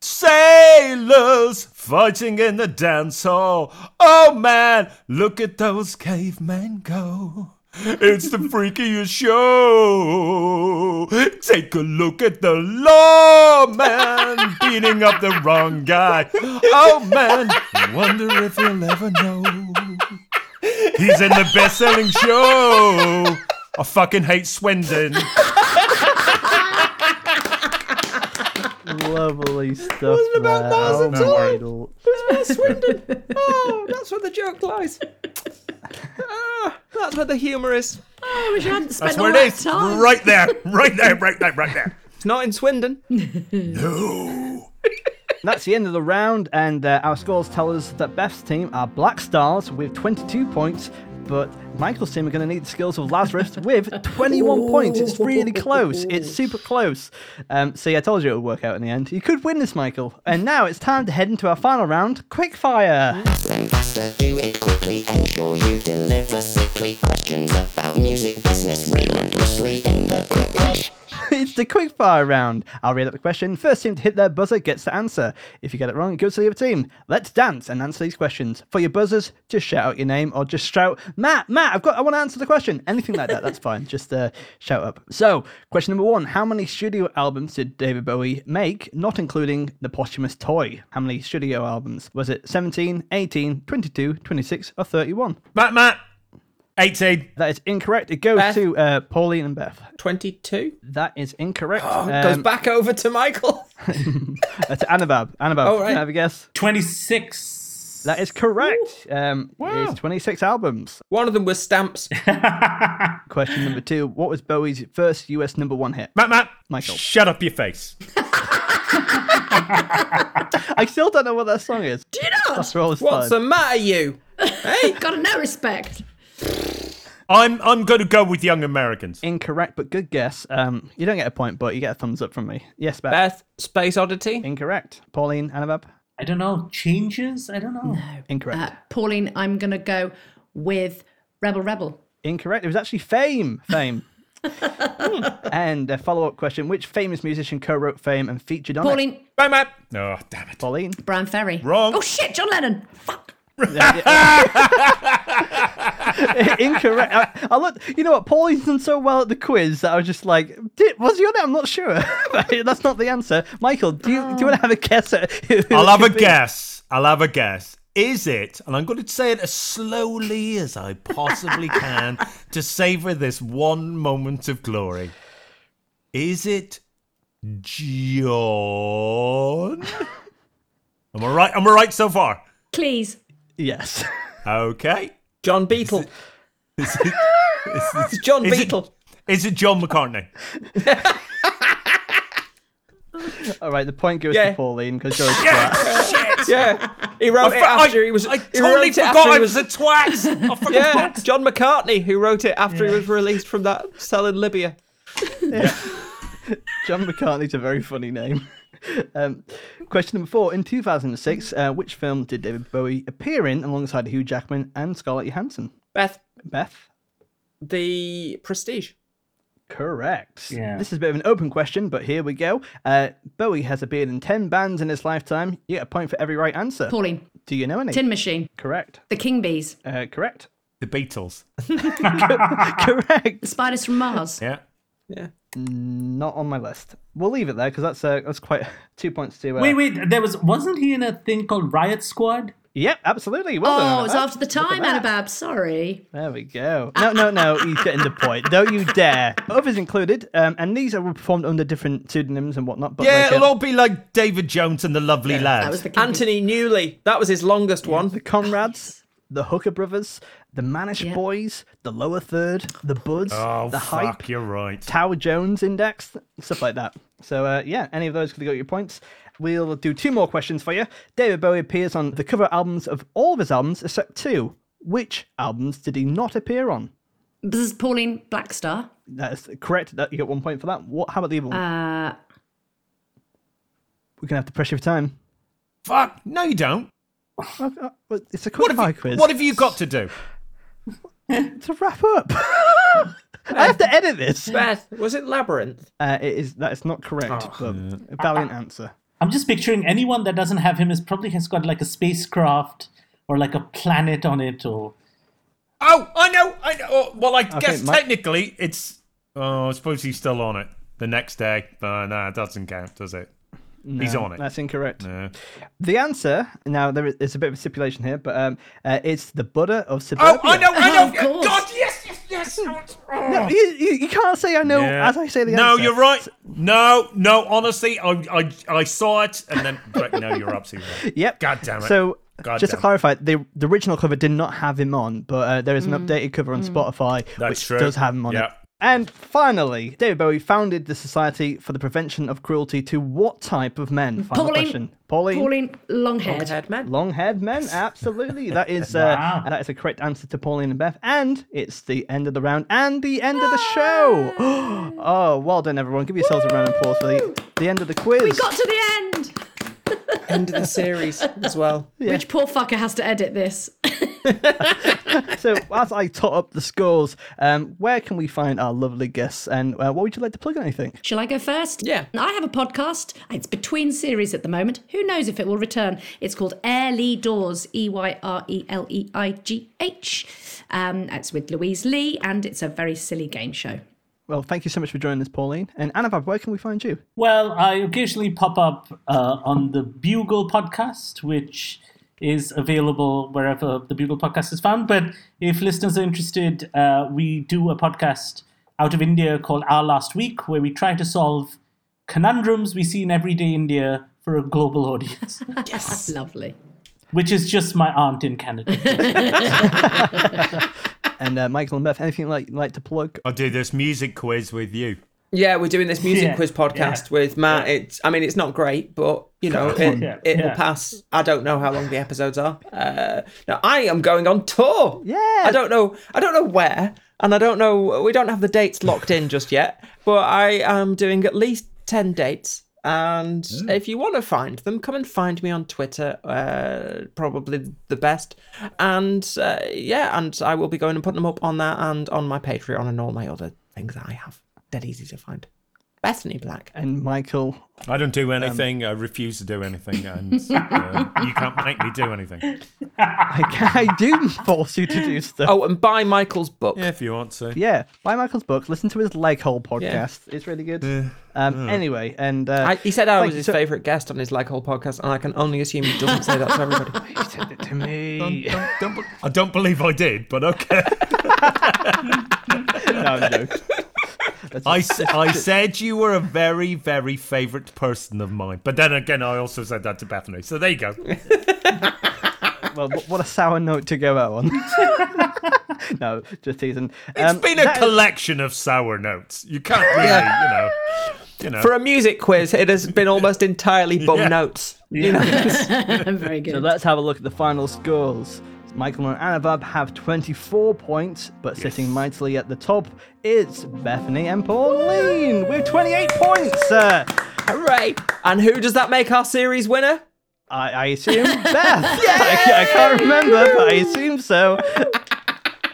D: Sailors fighting in the dance hall. Oh man, look at those cavemen go. It's the freakiest show. Take a look at the lawman beating up the wrong guy. Oh man, wonder if he'll ever know. He's in the best selling show. I fucking hate Swindon.
A: Lovely stuff. Wasn't
E: about Mars
A: oh,
D: at all.
A: my lord.
E: Swindon. Oh, that's where the joke lies. Ah, that's where the humour is.
F: I wish I hadn't spent
D: That's
F: all
D: where it
F: that
D: is.
F: time.
D: Right there. Right there. Right there. Right there.
E: It's not in Swindon.
A: That's the end of the round, and uh, our scores tell us that Beth's team are Black Stars with 22 points, but Michael's team are going to need the skills of Lazarus with 21 points. It's really close. It's super close. Um, see, I told you it would work out in the end. You could win this, Michael. And now it's time to head into our final round, Quickfire.
H: Think faster, do it quickly, ensure you deliver sickly questions about music, business, relentlessly in the quick rush.
A: it's the Quickfire round. I'll read out the question. First team to hit their buzzer gets the answer. If you get it wrong, it goes to the other team. Let's dance and answer these questions. For your buzzers, just shout out your name or just shout, Matt, Matt, I've got, I want to answer the question. Anything like that,
E: [laughs]
A: that's fine. Just uh, shout up. So, question number one: How many studio albums did David Bowie make, not including the posthumous toy? How many studio albums? Was it 17, 18, 22, 26, or 31?
D: [laughs] Matt, Matt. 18.
A: That is incorrect. It goes
E: Beth.
A: to uh, Pauline and Beth.
E: 22.
A: That is incorrect.
E: Oh, it [gasps] goes
A: Um,
E: back over to Michael. [laughs]
A: That's Anabab. Anabab.
E: Oh, right.
A: Can I have a guess?
G: 26.
A: That is correct. Um, It's 26 albums.
E: One of them
D: [laughs]
E: was stamps.
A: Question number two What was Bowie's first US number one hit?
D: Matt, Matt,
A: Michael.
D: shut up your face.
A: I still don't know what that song is.
F: Do you not?
A: That's all this
E: What's the
A: time.
E: matter, you?
F: Got no respect.
D: I'm I'm going to go with Young Americans.
A: Incorrect, but good guess. Um, you don't get a point, but you get a thumbs up from me. Yes, Beth.
E: Beth, Space Oddity.
A: Incorrect. Pauline, Annabab.
G: I don't know. Changes? I don't know.
A: Incorrect.
F: Uh, Pauline, I'm going to go with Rebel Rebel.
A: Incorrect. It was actually Fame. Fame. Hmm. and a follow-up question: Which famous musician co-wrote Fame and featured on it?
F: Pauline,
D: Bye, Matt. Oh, damn it.
A: Pauline.
F: Brian Ferry.
D: Wrong.
F: Oh shit, John Lennon. Fuck.
D: [laughs]
A: [laughs] Incorrect. I, I look. You know what? Pauline's done so well at the quiz that I was just like, Did, "Was he on it?" I'm not sure. [laughs] But that's not the answer. Michael, do you do you want to have a guess? At who it
D: I'll have a
A: could be?
D: guess. I'll have a guess. Is it, and I'm going to say it as slowly as
A: [laughs]
D: I possibly can to savor this one moment of glory. Is it
A: [laughs]
D: John? Am I right? Am I right so far?
F: Please.
A: Yes. [laughs]
D: Okay.
E: John Beetle.
D: Is
E: [laughs]
D: it, is it-
E: John
D: is it-
E: Beetle.
D: is it John McCartney?
A: All right. The point goes
E: Yeah.
A: to Pauline because Joe's
E: Yeah. He wrote it after he was.
D: I
E: he wrote
D: totally
E: it after
D: forgot
E: he
D: I was a [laughs] twat. I forgot.
E: Yeah, John McCartney, who wrote it after he was released from that cell in Libya.
A: John McCartney's a very funny name. [laughs] Um, question number four: In 2006, uh, which film did David Bowie appear in alongside Hugh Jackman and Scarlett Johansson?
E: Beth,
A: Beth.
E: the Prestige.
A: Correct.
G: Yeah.
A: This is a bit of an open question, but here we go. Uh, Bowie has appeared in 10 bands in his lifetime. You get a point for every right answer.
F: Pauline.
A: Do you know any?
F: Tin Machine.
A: Correct.
F: The King Bees.
A: Uh, correct.
D: The Beatles.
A: correct.
F: The Spiders from Mars.
D: Yeah.
A: Not on my list. We'll leave it there because that's uh, that's quite [laughs] two points to. Uh...
G: Wait, wait. There was wasn't he in a thing called Riot Squad?
A: Yep, absolutely. Well done,
F: Oh, it was
A: Annabab.
F: after the time, Annabab. Sorry.
A: There we go. No, no, no. He's getting the point. Don't you dare. Others included, um, and these are performed under different pseudonyms and whatnot. But
D: Yeah,
A: like,
D: [laughs] it'll
A: uh,
D: all be like David Jones and the Lovely
F: That
D: Lads.
F: was the King Bees.
E: Anthony Newley. That was his longest one.
A: the Conrads, the Hooker Brothers, the Manish
F: Yeah.
A: Boys, the Lower Third, the Buds,
D: oh,
A: the
D: fuck,
A: Hype,
D: you're right.
A: Tower Jones Index, stuff like that. So uh, yeah, any of those could have got your points. We'll do two more questions for you. David Bowie appears on the cover albums of all of his albums except two. Which albums did he not appear on?
F: This is Pauline Blackstar.
A: That is correct. That you get one point for that. What? How about the other one?
F: Uh,
A: We're gonna have to pressure for time.
D: Fuck, no, you don't.
A: Oh, oh, well, It's a quick
D: What
A: fire
D: have, you,
A: quiz.
D: what have you got to do?
A: to wrap up? [laughs] I have to edit this.
E: Beth, was it Labyrinth?
A: Uh, it is that is not correct,
D: Oh,
A: but a valiant answer.
G: I'm just picturing anyone that doesn't have him is probably has got like a spacecraft or like a planet on it or
D: Oh, I know. I know. oh, Well, I guess
A: my-
D: technically it's. Oh, I suppose he's still on it the next day. But no, it doesn't count, does it? he's on it.
A: That's incorrect.
D: Yeah.
A: The answer now there is it's a bit of a stipulation here, but um, uh, it's the Buddha of
D: Oh,
A: Suburbia.
D: I know. I
F: Oh,
D: know.
F: of course.
D: God, yes, yes, yes. Oh, it's- oh.
A: You, you, you can't say I know
D: Yeah.
A: as I say the
D: no,
A: answer.
D: you're right. No, no. Honestly, I, I, I saw it, and then [laughs] but no, you're absolutely right.
A: Yep.
D: God damn it.
A: So.
D: God
A: Just to
D: damn it.
A: clarify, the, the original cover did not have him on, but uh, there is an updated cover on Spotify
D: That's
A: which
D: true.
A: does have him on
D: Yeah.
A: it. And finally, David Bowie founded the Society for the Prevention of Cruelty to what type of men? Final
F: Pauline.
A: question. Pauline.
F: Pauline Longhead.
E: Head man.
A: Long-haired men, absolutely. That is uh,
G: Wow.
A: that is a correct answer to Pauline and Beth, and it's the end of the round and the end of the show. [gasps] oh, well done, everyone! Give yourselves a round of applause for the, the end of the quiz.
F: We got to the end.
E: End of the series as [laughs] well.
F: Which poor fucker has to edit this?
A: So, as I tot up the scores, um, where can we find our lovely guests, and uh, what would you like to plug? Anything?
F: Shall I go first?
E: Yeah.
F: I have a podcast. It's between series at the moment. Who knows if it will return? It's called Airly Doors, E Y R E L E I G H. Um, it's with Louise Lee, and it's a very silly game show. [laughs]
A: Well, thank you so much for joining us, Pauline. And Anavab, where can we find you?
G: Well, I occasionally pop up uh, on the Bugle podcast, which is available wherever the Bugle podcast is found. But if listeners are interested, uh, we do a podcast out of India called Our Last Week, where we try to solve conundrums we see in everyday India for a global [laughs] audience.
F: Yes. Lovely. [laughs]
G: which is just my aunt in Canada.
A: And uh, Michael and Beth, anything like like to plug?
D: I'll do this music quiz with you.
E: Yeah, we're doing this music
G: Yeah,
E: quiz podcast with Matt. It's, I mean, it's not great, but you know, it,
G: Yeah,
E: it will
G: yeah.
E: pass. I don't know how long the episodes are. Uh, now I am going on tour.
A: Yeah.
E: I don't know. I don't know where, and I don't know. We don't have the dates locked in just yet, but I am doing at least ten dates. And if you want to find them, come and find me on Twitter. Uh, probably the best. And uh, yeah, and I will be going and putting them up on that and on my Patreon and all my other things that I have. Dead easy to find. Bethany Black.
A: And Michael,
D: I don't do anything. I refuse to do anything,
A: [laughs]
D: and uh, you can't make me do anything.
A: I, can, I [laughs] do force you to do stuff.
E: Oh, and buy Michael's book.
D: Yeah, if you want to.
A: Yeah, buy Michael's book. Listen to his leg hole podcast. It's really good. Um, anyway, and uh,
E: I, he said "Oh, I
A: thank
E: was
A: you
E: his
A: so- [laughs]
E: favourite guest on his Like Hole podcast, and I can only assume he doesn't say that to everybody.
A: He said it to
D: [laughs]
A: me.
D: Don't, don't be- I don't believe I did,
A: [laughs]
D: but okay.
A: no, no.
D: I, s- I said you were a very, very favourite person of mine. But then again, I also said that to Bethany. So there you go.
A: Um, Well, what- what a sour note to go out on. [laughs] no, just teasing.
D: It's
A: Um,
D: been a
A: that is-
D: collection of sour notes.
A: [laughs]
D: You can't really, you know. You know.
E: For a music quiz, it has been almost entirely bum
D: Yeah.
E: notes. You know,
F: Very good.
A: So let's have a look at the final scores. Michael and Anabab have 24 points, but sitting mightily at the top is Bethany and Pauline with 28 points. Uh,
E: hooray! And who does that make our series winner?
A: I, I assume Beth. I, I can't remember, but I assume so.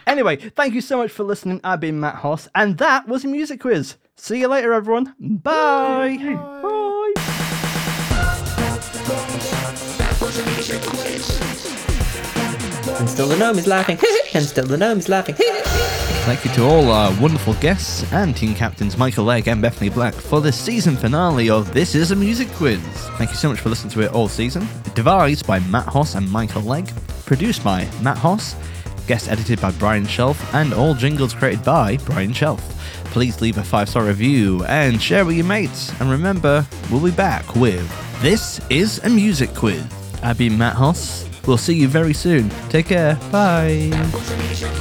A: anyway, thank you so much for listening. I've been Matt Hoss, and that was a music quiz. See you later, everyone. Bye. Bye.
E: And still the gnome is laughing. and still the gnome is [laughs] laughing.
A: Thank you to all our wonderful guests and team captains Michael Legg and Bethany Black for the season finale of This Is a Music Quiz. Thank you so much for listening to it all season. Devised by Matt Hoss and Michael Legg, produced by Matt Hoss, guest edited by Brian Shelf, and all jingles created by Brian Shelf. Please leave a five star review and share with your mates. And remember, we'll be back with This Is a Music Quiz. I've been Matt Hoss. We'll see you very soon. Take care. Bye.
H: Music